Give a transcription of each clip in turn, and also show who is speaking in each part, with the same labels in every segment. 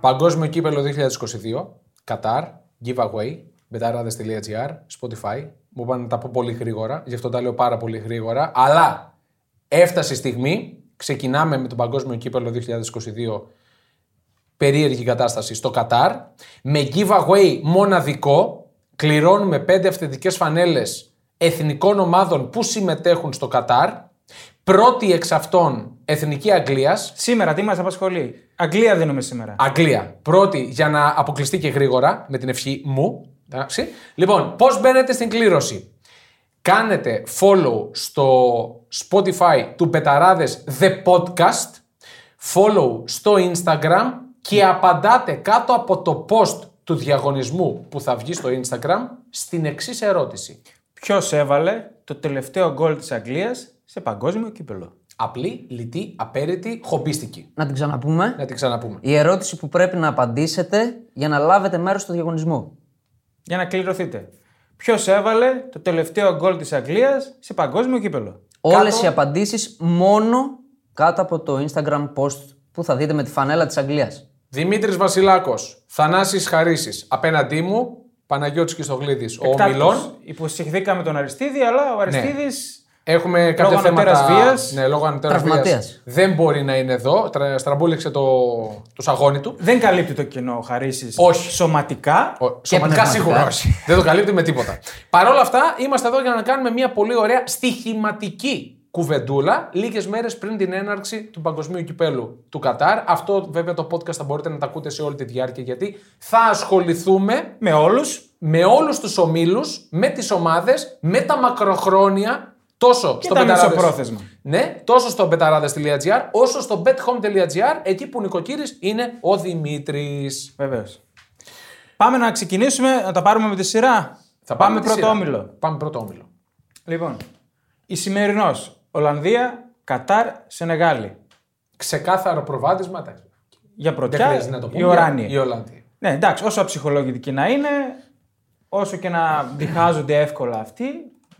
Speaker 1: Παγκόσμιο κύπελο 2022, Κατάρ, giveaway, betarades.gr, Spotify. Μου είπαν να τα πω πολύ γρήγορα, γι' αυτό τα λέω πάρα πολύ γρήγορα. Αλλά έφτασε η στιγμή, ξεκινάμε με το Παγκόσμιο κύπελο 2022 περίεργη κατάσταση στο Κατάρ. Με giveaway μοναδικό κληρώνουμε 5 αυθεντικές φανέλες εθνικών ομάδων που συμμετέχουν στο Κατάρ. Πρώτη εξ αυτών Εθνική Αγγλίας.
Speaker 2: Σήμερα τι μας απασχολεί. Αγγλία δίνουμε σήμερα.
Speaker 1: Αγγλία. Πρώτη για να αποκλειστεί και γρήγορα με την ευχή μου. Εντάξει. Λοιπόν, πώς μπαίνετε στην κλήρωση. Κάνετε follow στο Spotify του Πεταράδες The Podcast follow στο Instagram και απαντάτε κάτω από το post του διαγωνισμού που θα βγει στο Instagram στην εξής ερώτηση.
Speaker 2: Ποιος έβαλε το τελευταίο γκολ της Αγγλίας σε παγκόσμιο κύπελο.
Speaker 1: Απλή, λιτή, απέρριτη, χομπίστικη.
Speaker 3: Να την ξαναπούμε.
Speaker 1: Να την ξαναπούμε.
Speaker 3: Η ερώτηση που πρέπει να απαντήσετε για να λάβετε μέρος στο διαγωνισμό.
Speaker 2: Για να κληρωθείτε. Ποιος έβαλε το τελευταίο γκολ της Αγγλίας σε παγκόσμιο κύπελο.
Speaker 3: Όλες οι απαντήσεις μόνο κάτω από το Instagram post που θα δείτε με τη φανέλα της Αγγλίας.
Speaker 1: Δημήτρης Βασιλάκος, Θανάσης Χαρίσης, απέναντί μου, Παναγιώτης Κιστογλίδης, ο Ναι. Μιλών.
Speaker 2: Υποσυχθήκαμε τον Αριστίδη, αλλά ο Αριστίδης.
Speaker 1: Έχουμε κάποια
Speaker 2: Λόγω
Speaker 1: θέματα
Speaker 2: ανωτέρας βίας.
Speaker 1: Ναι, λόγω ανωτέρας
Speaker 3: Τραυματίας.
Speaker 1: βίας. Δεν μπορεί να είναι εδώ. Τρα- Στραμπούληξε το, το σαγόνι του.
Speaker 2: Δεν καλύπτει το κοινό ο Χαρίση
Speaker 1: Όχι.
Speaker 2: σωματικά.
Speaker 1: Ο- Σωματικά
Speaker 3: πνευματικά.
Speaker 1: σίγουρα όχι. Δεν το καλύπτει με τίποτα. Παρ' όλα αυτά, είμαστε εδώ για να κάνουμε μια πολύ ωραία στοιχηματική κουβεντούλα λίγες μέρες πριν την έναρξη του Παγκοσμίου Κυπέλου του Κατάρ. Αυτό βέβαια το podcast θα μπορείτε να τα ακούτε σε όλη τη διάρκεια γιατί θα ασχοληθούμε
Speaker 2: Με όλους.
Speaker 1: με όλους τους ομίλους, με τις ομάδες, με τα μακροχρόνια, τόσο στο
Speaker 2: τα
Speaker 1: Μπεταράδες-
Speaker 2: μεσοπρόθεσμα.
Speaker 1: Ναι, τόσο στο betarades.gr, όσο στο bethome.gr, εκεί που ο νοικοκύρης είναι ο Δημήτρης.
Speaker 2: Βεβαίως. Πάμε να ξεκινήσουμε, να τα πάρουμε με τη σειρά.
Speaker 1: Θα
Speaker 2: πάμε,
Speaker 1: τη
Speaker 2: πρώτο
Speaker 1: σειρά.
Speaker 2: όμιλο.
Speaker 1: Πάμε πρώτο όμιλο.
Speaker 2: Λοιπόν, η σημερινός Ολλανδία, Κατάρ, Σενεγάλη.
Speaker 1: Ξεκάθαρο προβάδισμα. εντάξει.
Speaker 2: Για
Speaker 1: Δεν
Speaker 2: πρωτιά,
Speaker 1: χρειάζεται να το πούμε.
Speaker 2: η Οράνια.
Speaker 1: Η Ολλανδία.
Speaker 2: Ναι, εντάξει, όσο αψυχολόγητοι να είναι, όσο και να διχάζονται εύκολα αυτοί,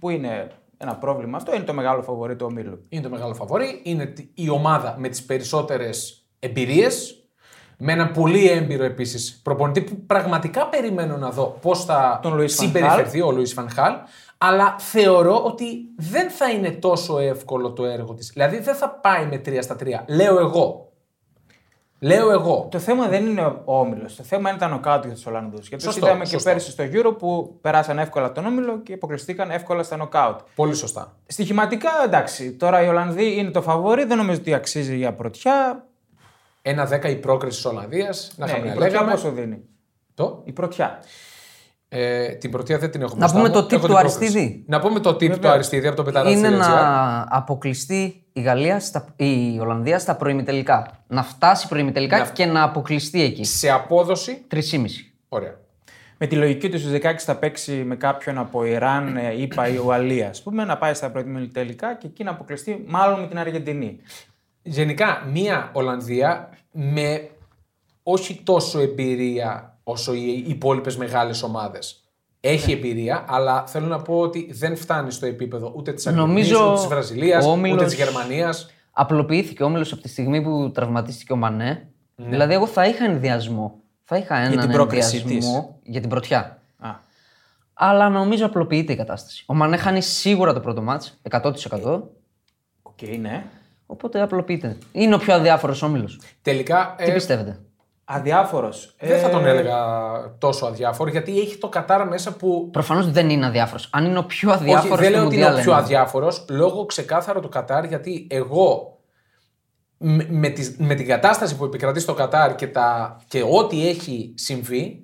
Speaker 2: που είναι ένα πρόβλημα αυτό, είναι το μεγάλο φοβορή του ομίλου.
Speaker 1: Είναι το μεγάλο φαβορή. Είναι τη- η ομάδα με τις περισσότερες εμπειρίες. Με ένα πολύ έμπειρο επίσης προπονητή που πραγματικά περιμένω να δω πώς θα
Speaker 2: Τον Λουίς Φαν
Speaker 1: συμπεριφερθεί ο Λουίς Φανχάλ. Αλλά θεωρώ ότι δεν θα είναι τόσο εύκολο το έργο της. Δηλαδή δεν θα πάει με 3 στα 3. Λέω εγώ. Λέω εγώ.
Speaker 2: Το θέμα δεν είναι ο όμιλος. Το θέμα είναι τα νοκάουτ για του Ολλανδούς. Γιατί το
Speaker 1: Σωστό,
Speaker 2: είδαμε και
Speaker 1: σωστό.
Speaker 2: πέρσι στο Euro που περάσαν εύκολα τον όμιλο και υποκλειστήκαν εύκολα στα νοκάουτ.
Speaker 1: Πολύ σωστά.
Speaker 2: Στοιχηματικά εντάξει, τώρα οι Ολλανδοί είναι το φαβορή, δεν νομίζω ότι αξίζει για πρωτιά.
Speaker 1: Ένα 10 η πρόκριση της Ολλανδίας. Να
Speaker 2: Ναι, η
Speaker 1: είχαμε
Speaker 2: πρωτιά
Speaker 1: λέγαμε.
Speaker 2: πόσο δίνει.
Speaker 1: Το.
Speaker 2: Η πρωτιά.
Speaker 1: Ε, την πρωτεία δεν την έχω
Speaker 3: Να
Speaker 1: μπροστά
Speaker 3: πούμε
Speaker 1: μου.
Speaker 3: το tip
Speaker 1: Έχω την
Speaker 3: του
Speaker 1: πρόκληση.
Speaker 3: Αριστίδη.
Speaker 1: Να πούμε το tip του Αριστίδη από το πεταράδε.
Speaker 3: είναι να αποκλειστεί η, Γαλλία στα, η Ολλανδία στα προημιτελικά. Να φτάσει προημιτελικά και να αποκλειστεί εκεί.
Speaker 1: Σε απόδοση.
Speaker 3: 3,5.
Speaker 1: Ωραία.
Speaker 2: Με τη λογική του στι 16 θα παίξει με κάποιον από Ιράν, ε, ΗΠΑ ή Ουαλία, ας πούμε, να πάει στα πρώτη τελικά και εκεί να αποκλειστεί μάλλον με την Αργεντινή.
Speaker 1: Γενικά, μία Ολλανδία με όχι τόσο εμπειρία όσο οι υπόλοιπες μεγάλες ομάδες.
Speaker 3: Ναι.
Speaker 1: Έχει εμπειρία, αλλά θέλω να πω ότι δεν φτάνει στο επίπεδο ούτε της Αγγλίας,
Speaker 3: Νομίζω
Speaker 1: ούτε της Βραζιλίας,
Speaker 3: ο
Speaker 1: ούτε
Speaker 3: Όμιλος-
Speaker 1: της Γερμανίας.
Speaker 3: Απλοποιήθηκε ο Όμιλος από τη στιγμή που τραυματίστηκε ο Μανέ. Δηλαδή, εγώ θα είχα ενδιασμό. Θα είχα έναν
Speaker 2: Ναι. την πρόκρισή
Speaker 3: ενδιασμό για την πρωτιά.
Speaker 2: Α,
Speaker 3: Αλλά νομίζω απλοποιείται η κατάσταση. Ο Μανέ χάνει σίγουρα το πρώτο μάτς, 100%.
Speaker 2: οκ, ναι.
Speaker 3: Οπότε απλοποιείται. Είναι ο πιο αδιάφορος όμιλος.
Speaker 1: Τελικά.
Speaker 3: Τι ε,
Speaker 1: ε,
Speaker 3: πιστεύετε.
Speaker 2: Αδιάφορος.
Speaker 1: δεν θα τον
Speaker 2: Ε,
Speaker 1: έλεγα τόσο αδιάφορο, γιατί έχει το Κατάρ μέσα που
Speaker 3: Προφανώς δεν είναι αδιάφορος. Αν είναι ο πιο
Speaker 1: Όχι,
Speaker 3: αδιάφορος
Speaker 1: δεν
Speaker 3: του
Speaker 1: λέω ότι είναι
Speaker 3: Μουντιάλ,
Speaker 1: ο πιο
Speaker 3: εννοώ.
Speaker 1: αδιάφορος. Λόγω ξεκάθαρο του Κατάρ, γιατί εγώ με, με τις- με την κατάσταση που επικρατεί στο Κατάρ και, τα, και ό,τι έχει συμβεί,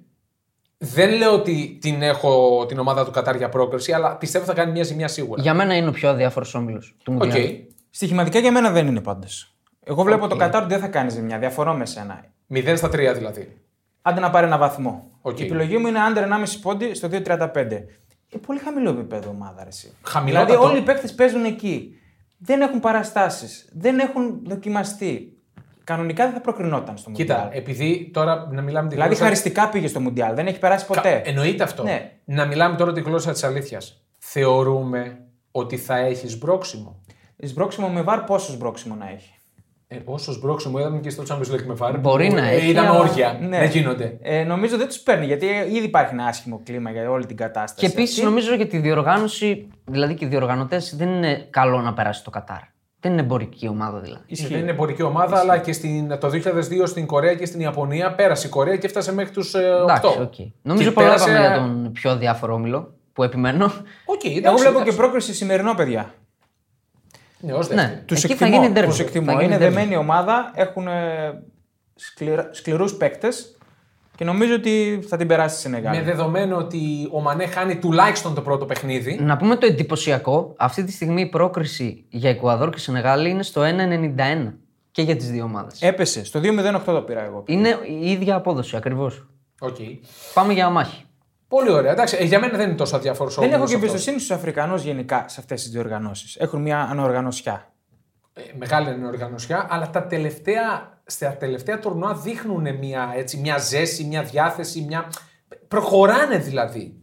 Speaker 1: δεν λέω ότι την έχω την ομάδα του Κατάρ για πρόκριση, αλλά πιστεύω θα κάνει μια ζημιά σίγουρα.
Speaker 3: Για μένα είναι ο πιο αδιάφορος όμιλος του
Speaker 1: Οκ.
Speaker 3: Μουντιάλ.
Speaker 2: Στοιχηματικά για μένα δεν είναι πάντως. Εγώ βλέπω το Κατάρ ότι δεν θα κάνει ζημιά. Διαφορώ με σένα.
Speaker 1: 0 στα 3 δηλαδή.
Speaker 2: Άντε να πάρει ένα βαθμό.
Speaker 1: Οκ.
Speaker 2: Η επιλογή μου είναι άντερ 1,5 πόντι στο 2,35. Ε, πολύ χαμηλό επίπεδο ομάδα. ρε εσύ.
Speaker 1: Χαμηλότατο.
Speaker 2: Δηλαδή όλοι οι παίκτες παίζουν εκεί. Δεν έχουν παραστάσεις. Δεν έχουν δοκιμαστεί. Κανονικά δεν θα προκρινόταν στο Μουντιάλ.
Speaker 1: Κοίτα, επειδή τώρα να μιλάμε τη
Speaker 2: Δηλαδή
Speaker 1: γλώσσα-
Speaker 2: χαριστικά πήγε στο Μουντιάλ. Δεν έχει περάσει ποτέ.
Speaker 1: Εννοείται αυτό.
Speaker 2: Ναι.
Speaker 1: Να μιλάμε τώρα τη γλώσσα της αλήθειας. Θεωρούμε ότι θα έχεις μπρόξιμο.
Speaker 2: Σμπρόξιμο με βαρ πόσο σμπρόξιμο να έχει.
Speaker 1: Ε, Ε, όσο μπρόξιμο είδαμε και στο Champions League με φάρ.
Speaker 3: Μπορεί να
Speaker 1: ε,
Speaker 3: έχει,
Speaker 1: Ήταν
Speaker 2: αλλά-
Speaker 1: όρια.
Speaker 2: ναι.
Speaker 1: Δεν γίνονται.
Speaker 2: Ε, νομίζω δεν τους παίρνει γιατί ε, ήδη υπάρχει ένα άσχημο κλίμα για όλη την κατάσταση.
Speaker 3: Και επίσης
Speaker 2: αυτή.
Speaker 3: νομίζω για τη διοργάνωση, δηλαδή και οι διοργανωτές, δεν είναι καλό να περάσει το Κατάρ. Δεν είναι εμπορική ομάδα δηλαδή.
Speaker 2: Ισχύει.
Speaker 1: Δεν είναι εμπορική ομάδα, αλλά και στην, το 2002 στην Κορέα και στην Ιαπωνία πέρασε η Κορέα και έφτασε μέχρι ε, του 8.
Speaker 3: Εντάξει, οκ. Νομίζω πολλά είπαμε για τον πιο διάφορο όμιλο που επιμένω.
Speaker 2: Εγώ βλέπω και πρόκριση σημερινό, παιδιά.
Speaker 1: Ναι, ως δεύτερη.
Speaker 3: ναι,
Speaker 2: Τους
Speaker 3: εκεί θα
Speaker 2: εκτιμώ.
Speaker 3: γίνει ντέρμπι.
Speaker 2: τους εκτιμώ. Είναι δεμένη ομάδα, έχουν ε, σκληρούς παίκτες και νομίζω ότι θα την περάσει η Σενεγάλη.
Speaker 1: Με δεδομένο ότι ο Μανέ χάνει τουλάχιστον το πρώτο παιχνίδι.
Speaker 3: Να πούμε το εντυπωσιακό, αυτή τη στιγμή η πρόκριση για Εκουαδόρ και Σενεγάλη είναι στο 1,91 και για τις δύο ομάδες.
Speaker 2: Έπεσε. Στο 2-0-8 το πήρα εγώ.
Speaker 3: Είναι η ίδια απόδοση ακριβώς.
Speaker 1: Οκ.
Speaker 3: Πάμε για μάχη.
Speaker 1: Πολύ ωραία. Εντάξει, ε, για μένα δεν είναι τόσο αδιάφορο
Speaker 2: Δεν έχω και εμπιστοσύνη στους Αφρικανούς γενικά σε αυτές τις διοργανώσεις. Έχουν μια ανοργανωσιά.
Speaker 1: Ε, Μεγάλη είναι η οργανωσιά, αλλά τα τελευταία, στα τελευταία τουρνουά δείχνουν μια, έτσι, μια ζέση, μια διάθεση, μια. Προχωράνε δηλαδή.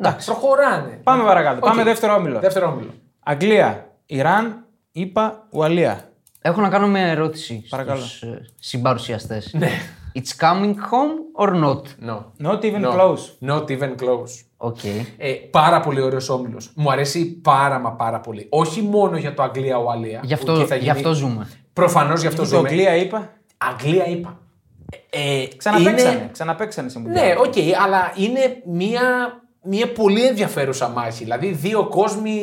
Speaker 3: Εντάξει.
Speaker 1: Προχωράνε.
Speaker 2: Πάμε παρακάτω.
Speaker 1: Οκ.
Speaker 2: Πάμε δεύτερο όμιλο.
Speaker 1: Δεύτερο όμιλο.
Speaker 2: Αγγλία, Ιράν, ΙΠΑ, Ουαλία.
Speaker 3: Έχω να κάνω μια ερώτηση
Speaker 2: Παρακαλώ.
Speaker 3: στους ε, συμπαρουσιαστές. It's coming home or not.
Speaker 1: Ναι, No.
Speaker 2: Not even
Speaker 1: No.
Speaker 2: close.
Speaker 1: Not even close.
Speaker 3: Οκ.
Speaker 1: Ε, πάρα πολύ ωραίος όμιλος. Μου αρέσει πάρα μα πάρα πολύ. Όχι μόνο για το Αγγλία-Ουαλία.
Speaker 3: Γι' αυτό,
Speaker 1: που εκεί θα
Speaker 3: γι
Speaker 1: γίνει-
Speaker 3: αυτό ζούμε.
Speaker 1: Προφανώς γι' αυτό
Speaker 2: Το
Speaker 1: ζούμε.
Speaker 2: Αγγλία, ΙΠΑ.
Speaker 1: Αγγλία είπα. Ε,
Speaker 2: Ξαναπέξανε.
Speaker 1: είναι-
Speaker 2: Ξαναπέξανε σε μουντιάλ.
Speaker 1: Ναι, οκ, αλλά είναι μια, μια πολύ ενδιαφέρουσα μάχη. Δηλαδή, δύο κόσμοι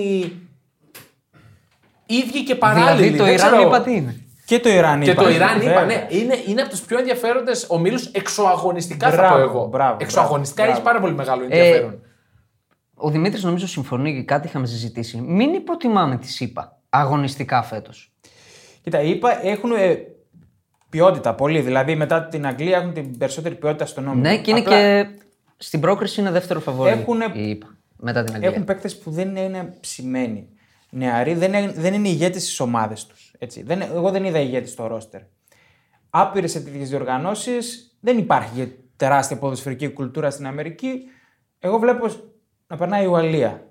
Speaker 1: ίδιοι και παράλληλοι.
Speaker 3: Δηλαδή το
Speaker 1: δεν
Speaker 3: Ιράν
Speaker 1: ξέρω.
Speaker 3: είπα τι είναι.
Speaker 2: Και το Ιράν,
Speaker 1: Και
Speaker 2: ΙΠΑ.
Speaker 1: το Ιράν είπα,
Speaker 2: Βέβαια.
Speaker 1: ναι, είναι, είναι από τους πιο ενδιαφέροντες ομίλους εξωαγωνιστικά, θα
Speaker 2: Μπράβο,
Speaker 1: πω εγώ.
Speaker 2: μπράβο,
Speaker 1: εξωαγωνιστικά
Speaker 2: μπράβο.
Speaker 1: έχει πάρα πολύ μεγάλο ενδιαφέρον.
Speaker 3: Ο Δημήτρης νομίζω συμφωνεί και κάτι είχαμε συζητήσει. Μην υποτιμάμε τη ΣΥΠΑ αγωνιστικά φέτος.
Speaker 2: Κοίτα, οι ΙΠΑ έχουν ε, ποιότητα πολύ. Δηλαδή μετά την Αγγλία έχουν την περισσότερη ποιότητα στον νόμο.
Speaker 3: Ναι, και είναι και στην πρόκριση είναι δεύτερο φαβόρι.
Speaker 2: Έχουνε-
Speaker 3: η ΙΠΑ, μετά την
Speaker 1: Ναι.
Speaker 3: Αγγλία.
Speaker 2: Έχουν παίκτες που δεν είναι ψημένοι. Νεαροί, δεν, είναι- δεν είναι ηγέτες στις ομάδες τους. Δεν, εγώ δεν είδα ηγέτης στο ρόστερ. Άπειρες σε τέτοιες διοργανώσεις. Δεν υπάρχει και τεράστια ποδοσφαιρική κουλτούρα στην Αμερική. Εγώ βλέπω σ- να περνάει η Ουαλία.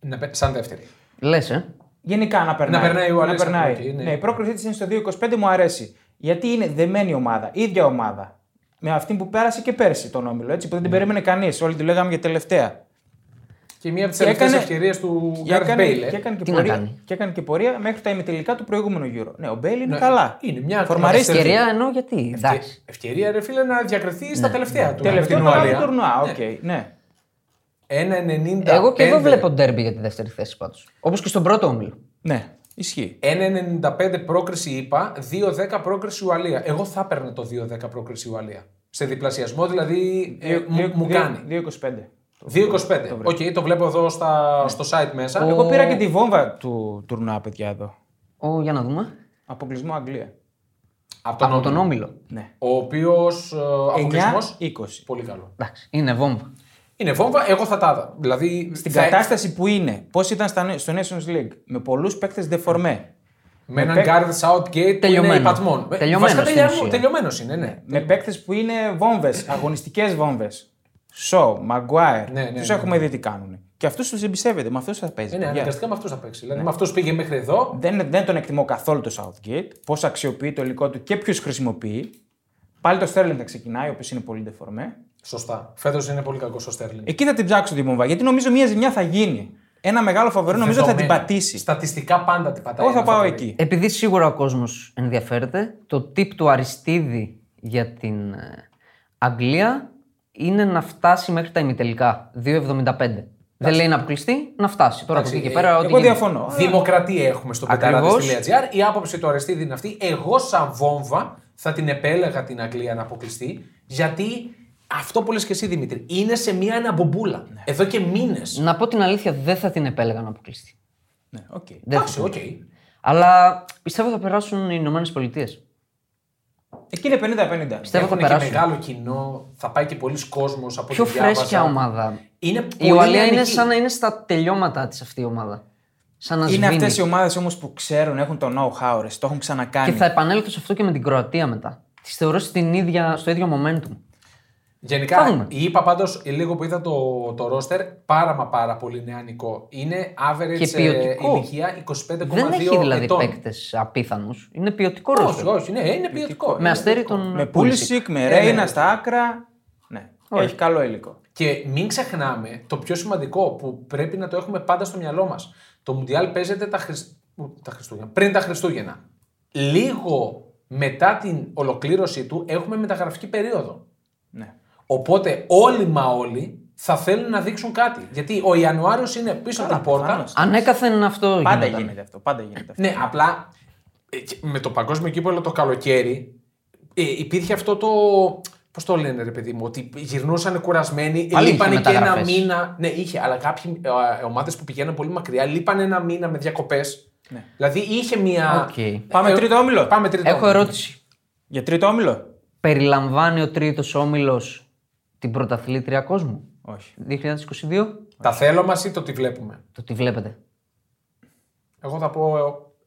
Speaker 1: Να Ναι, πε- σαν δεύτερη.
Speaker 3: Λες, ε.
Speaker 2: Γενικά να περνάει.
Speaker 1: Να περνάει η Ουαλία
Speaker 2: Να περνάει.
Speaker 1: στην Αμερική, ναι.
Speaker 2: ναι. η πρόκρισή της είναι στο 2,25 μου αρέσει. Γιατί είναι δεμένη ομάδα, ίδια ομάδα. Με αυτή που πέρασε και πέρσι τον όμιλο, έτσι, που δεν την
Speaker 1: Ναι.
Speaker 2: περίμενε κανείς. Όλοι τη λέγαμε για τελευταία.
Speaker 1: Και μία από τις τελευταίες
Speaker 2: έκανε-
Speaker 1: ευκαιρίες του
Speaker 2: Και
Speaker 1: Γκάρντ
Speaker 2: έκανε,
Speaker 1: Μπέιλ. ε.
Speaker 2: και, έκανε και,
Speaker 3: Τι να
Speaker 2: πορεία,
Speaker 3: κάνει.
Speaker 2: και έκανε και πορεία μέχρι τα ημιτελικά του προηγούμενου γύρου. Ναι, ο Μπέιλ είναι
Speaker 1: Ναι,
Speaker 2: καλά.
Speaker 1: είναι μια
Speaker 2: Φορμαρίστηκε.
Speaker 1: Ευκαιρία.
Speaker 3: Ευκαιρία εννοώ γιατί. Εντάξει.
Speaker 1: Και Ευκαιρία, ρε φίλε, να διακριθεί στα τελευταία του.
Speaker 2: Τελευταίο
Speaker 1: με Ναι. την
Speaker 2: μεγάλο
Speaker 1: Ουαλία.
Speaker 2: τουρνουά. Οκ, ναι.
Speaker 1: Ένα 90.
Speaker 3: Εγώ και εγώ βλέπω ντέρμπι για τη δεύτερη θέση πάντως. Όπως και στον πρώτο όμιλο.
Speaker 2: Ναι, ισχύει.
Speaker 1: 1,95 πρόκριση είπα, 2,10 πρόκριση Ουαλία. Εγώ θα έπαιρνα το 2,10 πρόκριση Ουαλία. Σε διπλασιασμό δηλαδή ε, μου-
Speaker 2: Δύο-
Speaker 1: μου
Speaker 2: δύο-
Speaker 1: κάνει.
Speaker 2: 2,25.
Speaker 1: 2,25. Οκ, το βλέπω εδώ στα,
Speaker 2: Ναι.
Speaker 1: στο site μέσα.
Speaker 2: Εγώ πήρα και τη βόμβα του τουρνουά, παιδιά εδώ.
Speaker 3: Ο, για να δούμε.
Speaker 2: Αποκλεισμό Αγγλία.
Speaker 1: Από τον,
Speaker 3: Από
Speaker 1: τον
Speaker 3: τον όμιλο.
Speaker 2: Ναι.
Speaker 1: Ο οποίος αποκλεισμό.
Speaker 2: 9-20.
Speaker 1: Πολύ καλό.
Speaker 3: Εντάξει. Είναι βόμβα.
Speaker 1: Είναι βόμβα, εγώ θα τα έδα. Δηλαδή
Speaker 2: Στην
Speaker 1: θα-
Speaker 2: κατάσταση που είναι, πώς ήταν στα, νε- στο Nations League, με πολλούς παίκτες δεφορμέ.
Speaker 1: με έναν
Speaker 2: παίκ-
Speaker 1: Gareth Southgate που είναι
Speaker 3: Τελειωμένο.
Speaker 1: υπατμόν. Ε,
Speaker 3: Τελειωμένος
Speaker 1: Βασικά
Speaker 3: στην
Speaker 1: τελειωμένο
Speaker 3: ουσία.
Speaker 1: τελειωμένος είναι, ναι.
Speaker 2: Με παίκτες που είναι βόμβες, αγωνιστικές βόμβες. Σο, Μαγκουάερ.
Speaker 1: Ναι, ναι,
Speaker 2: τους
Speaker 1: ναι,
Speaker 2: έχουμε δει τι κάνουν. Και αυτούς τους εμπιστεύεται, με αυτούς θα παίζει.
Speaker 1: Ε, ναι,
Speaker 2: παιδιά.
Speaker 1: αναγκαστικά με αυτούς θα παίξει.
Speaker 2: Ναι.
Speaker 1: Δηλαδή με αυτούς πήγε μέχρι εδώ.
Speaker 2: δεν, δεν τον εκτιμώ καθόλου το Southgate. Πώς αξιοποιεί το υλικό του και ποιους χρησιμοποιεί. Πάλι το Sterling θα ξεκινάει, ο οποίος είναι πολύ ντεφορμέ.
Speaker 1: Σωστά. Φέτος είναι πολύ κακός ο Στέρλινγκ.
Speaker 2: Εκεί θα την ψάξω τη βόμβα, γιατί νομίζω μια ζημιά θα γίνει. Ένα μεγάλο φαβερό νομίζω θα την
Speaker 1: Δεδομένο.
Speaker 2: πατήσει.
Speaker 1: Στατιστικά πάντα την πατάει.
Speaker 2: Εγώ θα
Speaker 1: ένας Ε,
Speaker 2: πάω
Speaker 1: φαβορί.
Speaker 2: εκεί.
Speaker 3: Επειδή σίγουρα ο κόσμος ενδιαφέρεται, το tip του Αριστίδη για την ε, Αγγλία είναι να φτάσει μέχρι τα ημιτελικά. 2,75. Δεν λέει να αποκλειστεί, να φτάσει. Τώρα από
Speaker 1: Εντάξει,
Speaker 3: εκεί και
Speaker 1: ε,
Speaker 3: πέρα, ό,τι
Speaker 2: Εγώ
Speaker 3: γίνει.
Speaker 2: διαφωνώ.
Speaker 1: Δημοκρατία έχουμε στο
Speaker 3: Ακριβώς.
Speaker 1: πεταράδε.gr. Η άποψη του Αρεστίδη είναι αυτή. Εγώ, σαν βόμβα, θα την επέλεγα την Αγγλία να αποκλειστεί. Γιατί αυτό που λες και εσύ, Δημήτρη, είναι σε μια αναμπομπούλα.
Speaker 3: Ναι.
Speaker 1: Εδώ και μήνες.
Speaker 3: Να πω την αλήθεια, δεν θα την επέλεγα να αποκλειστεί.
Speaker 2: Ναι, οκ.
Speaker 3: Δεν θα.
Speaker 1: Εντάξει, οκ.
Speaker 3: Αλλά πιστεύω θα περάσουν οι Ηνωμένες Πολιτείες.
Speaker 2: Εκεί είναι 50-50.
Speaker 3: Πιστεύω θα
Speaker 1: Έχουν και
Speaker 3: περάσουν.
Speaker 1: μεγάλο κοινό. Θα πάει και πολλοί κόσμος από
Speaker 3: Πιο
Speaker 1: ό,τι διάβαζα.
Speaker 3: φρέσκια ομάδα.
Speaker 1: Είναι
Speaker 3: Η
Speaker 1: πολύ
Speaker 3: Ουαλία είναι
Speaker 1: νεανική.
Speaker 3: σαν να είναι στα τελειώματά της αυτή η ομάδα. Σαν να
Speaker 2: Είναι
Speaker 3: σβήνει.
Speaker 2: αυτές οι ομάδες όμως που ξέρουν, έχουν το know-how, ρε, το έχουν ξανακάνει.
Speaker 3: Και θα επανέλθω σε αυτό και με την Κροατία μετά. Τις θεωρώ στην ίδια, στο ίδιο momentum.
Speaker 1: Γενικά,
Speaker 3: Πάμε.
Speaker 1: η ΕΠΑ πάντως, λίγο που είδα το, το ρόστερ, πάρα μα πάρα πολύ νεανικό. Είναι average
Speaker 3: Και
Speaker 1: ε,
Speaker 3: ποιοτικό. δηλαδή
Speaker 1: ηλικία 25,2
Speaker 3: Δεν έχει δηλαδή
Speaker 1: ετών.
Speaker 3: παίκτες απίθανους. Είναι ποιοτικό
Speaker 1: Όχι,
Speaker 3: ρόλο.
Speaker 1: όχι, ναι, είναι ποιοτικό.
Speaker 3: Με
Speaker 1: είναι
Speaker 3: αστέρι
Speaker 1: ποιοτικό.
Speaker 3: τον.
Speaker 2: Με
Speaker 3: Pulisic.
Speaker 2: Πούλησικ, με
Speaker 1: Ε, ναι.
Speaker 2: Ρέινα στα άκρα. Ναι,
Speaker 3: Ωραία.
Speaker 2: έχει καλό υλικό.
Speaker 1: Και μην ξεχνάμε το πιο σημαντικό που πρέπει να το έχουμε πάντα στο μυαλό μας. Το Μουντιάλ παίζεται τα, Χριστ- ου, τα Χριστούγεννα. Πριν τα Χριστούγεννα. Λίγο μετά την ολοκλήρωσή του έχουμε μεταγραφική περίοδο.
Speaker 2: Ναι.
Speaker 1: Οπότε όλοι μα όλοι θα θέλουν να δείξουν κάτι. Γιατί ο Ιανουάριος είναι πίσω από την πόρτα.
Speaker 2: προφανώς.
Speaker 3: Ανέκαθεν αυτό
Speaker 2: Πάντα
Speaker 3: γινόταν.
Speaker 2: γίνεται αυτό. Πάντα γίνεται αυτό.
Speaker 1: Ναι, απλά ε, και με το παγκόσμιο κύπελο το καλοκαίρι ε, υπήρχε αυτό το. Πώς το λένε, ρε παιδί μου, ότι γυρνούσαν κουρασμένοι,
Speaker 3: Πάλι είχε
Speaker 1: λείπανε και ένα
Speaker 3: μεταγραφές.
Speaker 1: μήνα. Ναι, είχε, αλλά κάποιοι ομάδες που πηγαίναν πολύ μακριά λείπανε ένα μήνα με διακοπές.
Speaker 2: Ναι.
Speaker 1: Δηλαδή είχε μία.
Speaker 3: Οκ.
Speaker 2: Πάμε τρίτο όμιλο.
Speaker 1: Ε, Πάμε τρίτο.
Speaker 3: Ε, Έχω ερώτηση.
Speaker 2: Για τρίτο όμιλο.
Speaker 3: Περιλαμβάνει ο τρίτος όμιλος την πρωταθλήτρια κόσμου.
Speaker 2: Όχι.
Speaker 3: 2022.
Speaker 1: Τα θέλω μας ή το τι βλέπουμε.
Speaker 3: Το τι βλέπετε.
Speaker 1: Εγώ θα πω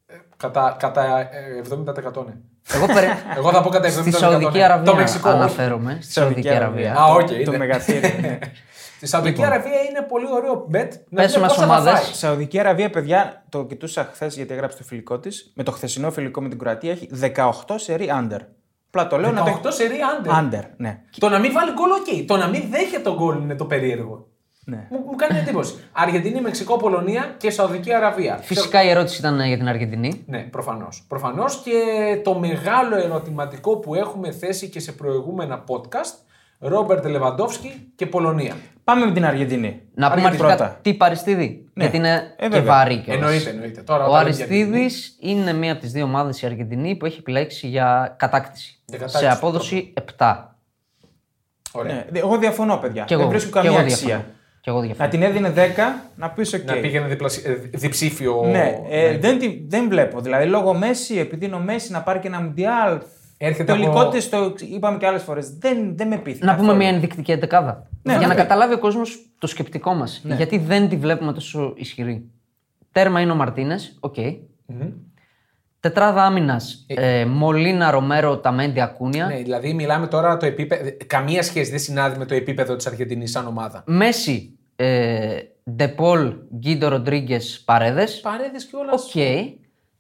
Speaker 1: ε, κατά, κατά ε, 70% ναι.
Speaker 3: Εγώ περι...
Speaker 1: Εγώ θα πω κατά 70%.
Speaker 3: Στη Σαουδική
Speaker 1: ναι.
Speaker 3: Αραβία
Speaker 1: Το Μεξικό.
Speaker 3: αναφέρομαι. Στη Σαουδική Αραβία.
Speaker 1: Α,
Speaker 2: Το-
Speaker 1: οκ,
Speaker 2: Το
Speaker 1: είναι.
Speaker 2: μεγαθύριο. ναι.
Speaker 1: Στη Σαουδική Αραβία είναι πολύ ωραίο bet. να
Speaker 3: Λοιπόν. Πες
Speaker 1: δούμε
Speaker 3: μας
Speaker 1: πόσα θα
Speaker 3: ομάδες.
Speaker 1: φάει.
Speaker 2: Σαουδική Αραβία, παιδιά, το κοιτούσα χθες γιατί έγραψε το φιλικό της. Με το χθεσινό φιλικό με την Κροατία έχει 18 σερί under. Απλά το λέω να Ε, το
Speaker 1: 18 σερί άντε.
Speaker 2: Under, ναι.
Speaker 1: Το να μην βάλει γκολ, οκ. Το να μην δέχεται τον γκολ είναι το περίεργο.
Speaker 2: ναι.
Speaker 1: Μου, μου κάνει εντύπωση. Αργεντινή, Μεξικό, Πολωνία και Σαουδική Αραβία.
Speaker 3: Φυσικά η ερώτηση ήταν ε, για την Αργεντινή.
Speaker 1: Ναι, προφανώς. Προφανώς και το μεγάλο ερωτηματικό που έχουμε θέσει και σε προηγούμενα podcast. Ρόμπερτ Λεβαντόφσκι και Πολωνία.
Speaker 2: Πάμε με την Αργεντινή.
Speaker 3: Να πούμε
Speaker 2: Αργεντινή
Speaker 3: αρχικά
Speaker 2: πρώτα.
Speaker 3: τι Παριστίδη.
Speaker 2: Ναι.
Speaker 3: Γιατί είναι
Speaker 2: Ε,
Speaker 3: και
Speaker 2: βέβαια.
Speaker 3: βαρύ κιόλας.
Speaker 1: Εννοείται, εννοείται. Τώρα,
Speaker 3: Ο
Speaker 1: όταν είναι Αργεντινή,
Speaker 3: Αριστίδη είναι μία από τις δύο ομάδες η Αργεντινή που έχει επιλέξει για κατάκτηση.
Speaker 1: Για κατάκτηση,
Speaker 3: σε απόδοση 7.
Speaker 1: Ωραία.
Speaker 2: Ναι. Εγώ διαφωνώ, παιδιά.
Speaker 3: Και εγώ,
Speaker 2: Δεν βρίσκω
Speaker 3: και εγώ
Speaker 2: καμία
Speaker 3: διαφωνώ.
Speaker 2: αξία.
Speaker 3: Και εγώ
Speaker 2: Να
Speaker 3: διαφωνώ.
Speaker 2: την έδινε 10, να πεις οκ.
Speaker 1: Να πήγαινε διπλασι- ε, διψήφιο.
Speaker 2: Ναι, ε,
Speaker 1: ναι.
Speaker 2: Δεν, τη- δεν βλέπω. Δηλαδή, λόγω Μέση, επειδή είναι ο Μέση να πάρει και ένα Μουντιάλ.
Speaker 1: Έρχεται
Speaker 2: Το υλικό
Speaker 1: από-
Speaker 2: τη το είπαμε και άλλες φορές. Δεν, δεν με πείθει.
Speaker 3: Να πούμε
Speaker 2: καθόλου.
Speaker 3: μια ενδεικτική εντεκάδα.
Speaker 2: Ναι,
Speaker 3: για να
Speaker 2: βέβαια. Ναι.
Speaker 3: καταλάβει ο κόσμος το σκεπτικό μας. Γιατί δεν τη βλέπουμε τόσο ισχυρή. Τέρμα είναι ο Μαρτίνες. Οκ.
Speaker 1: Μμμ.
Speaker 3: Τετράδα άμυνας. Ε, Μολίνα, Ρομέρο, Ταμέντια, Ακούνια.
Speaker 1: Ναι, δηλαδή μιλάμε τώρα το επίπεδο. Καμία σχέση δεν συνάδει με το επίπεδο της Αργεντινής σαν ομάδα.
Speaker 3: Μέση, ε, Ντεπόλ, Γκίντο Ροντρίγκες, Παρέδες.
Speaker 1: Παρέδες κιόλα.
Speaker 3: Οκ.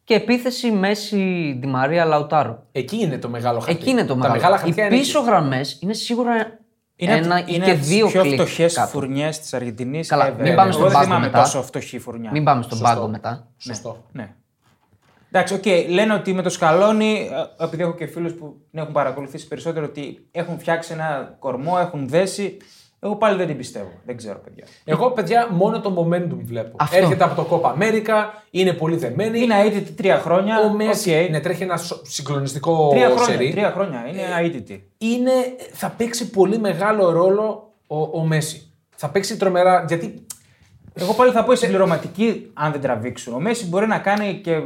Speaker 3: Και επίθεση Μέση, Ντιμαρία, Λαουτάρο.
Speaker 1: Εκεί είναι το μεγάλο χαρτί.
Speaker 3: Εκεί είναι το
Speaker 1: Τα
Speaker 3: μεγάλο.
Speaker 1: μεγάλα χαρτιά
Speaker 3: Οι
Speaker 1: είναι
Speaker 3: πίσω
Speaker 1: εκεί.
Speaker 3: γραμμές είναι σίγουρα ένα ή
Speaker 2: είναι
Speaker 3: και δύο
Speaker 2: πιο
Speaker 3: κλικ
Speaker 2: φτωχές
Speaker 3: κάτω.
Speaker 2: φουρνιές της Αργεντινής.
Speaker 3: Καλά, μην πάμε στον
Speaker 2: Εγώ δεν
Speaker 3: πάγκο
Speaker 2: θυμάμαι
Speaker 3: μετά.
Speaker 2: τόσο φτωχή φουρνιά.
Speaker 3: Μην πάμε στον
Speaker 1: Σωστό.
Speaker 3: πάγκο μετά.
Speaker 1: Σωστό.
Speaker 2: Ναι. Εντάξει, οκ, λένε ότι με το σκαλόνι, ε, επειδή έχω και φίλους που την έχουν παρακολουθήσει περισσότερο, ότι έχουν φτιάξει ένα κορμό, έχουν δέσει. Εγώ πάλι δεν την πιστεύω. Δεν ξέρω, παιδιά.
Speaker 1: Εγώ, παιδιά, μόνο το momentum βλέπω.
Speaker 3: Αυτό.
Speaker 1: Έρχεται από το Copa America, είναι πολύ δεμένη.
Speaker 2: Είναι αίτητη τρία χρόνια.
Speaker 1: Ο Μέση
Speaker 2: οκ.
Speaker 1: ναι, τρέχει ένα σο- συγκλονιστικό
Speaker 2: Τρία χρόνια.
Speaker 1: σερί. Ε,
Speaker 2: Τρία χρόνια. Είναι αίτητη.
Speaker 1: Είναι, θα παίξει πολύ μεγάλο ρόλο ο, ο Μέση. Θα παίξει τρομερά. Γιατί
Speaker 2: Εγώ πάλι θα πω η συμπληρωματική, αν δεν τραβήξουν. Ο Μέση μπορεί να κάνει και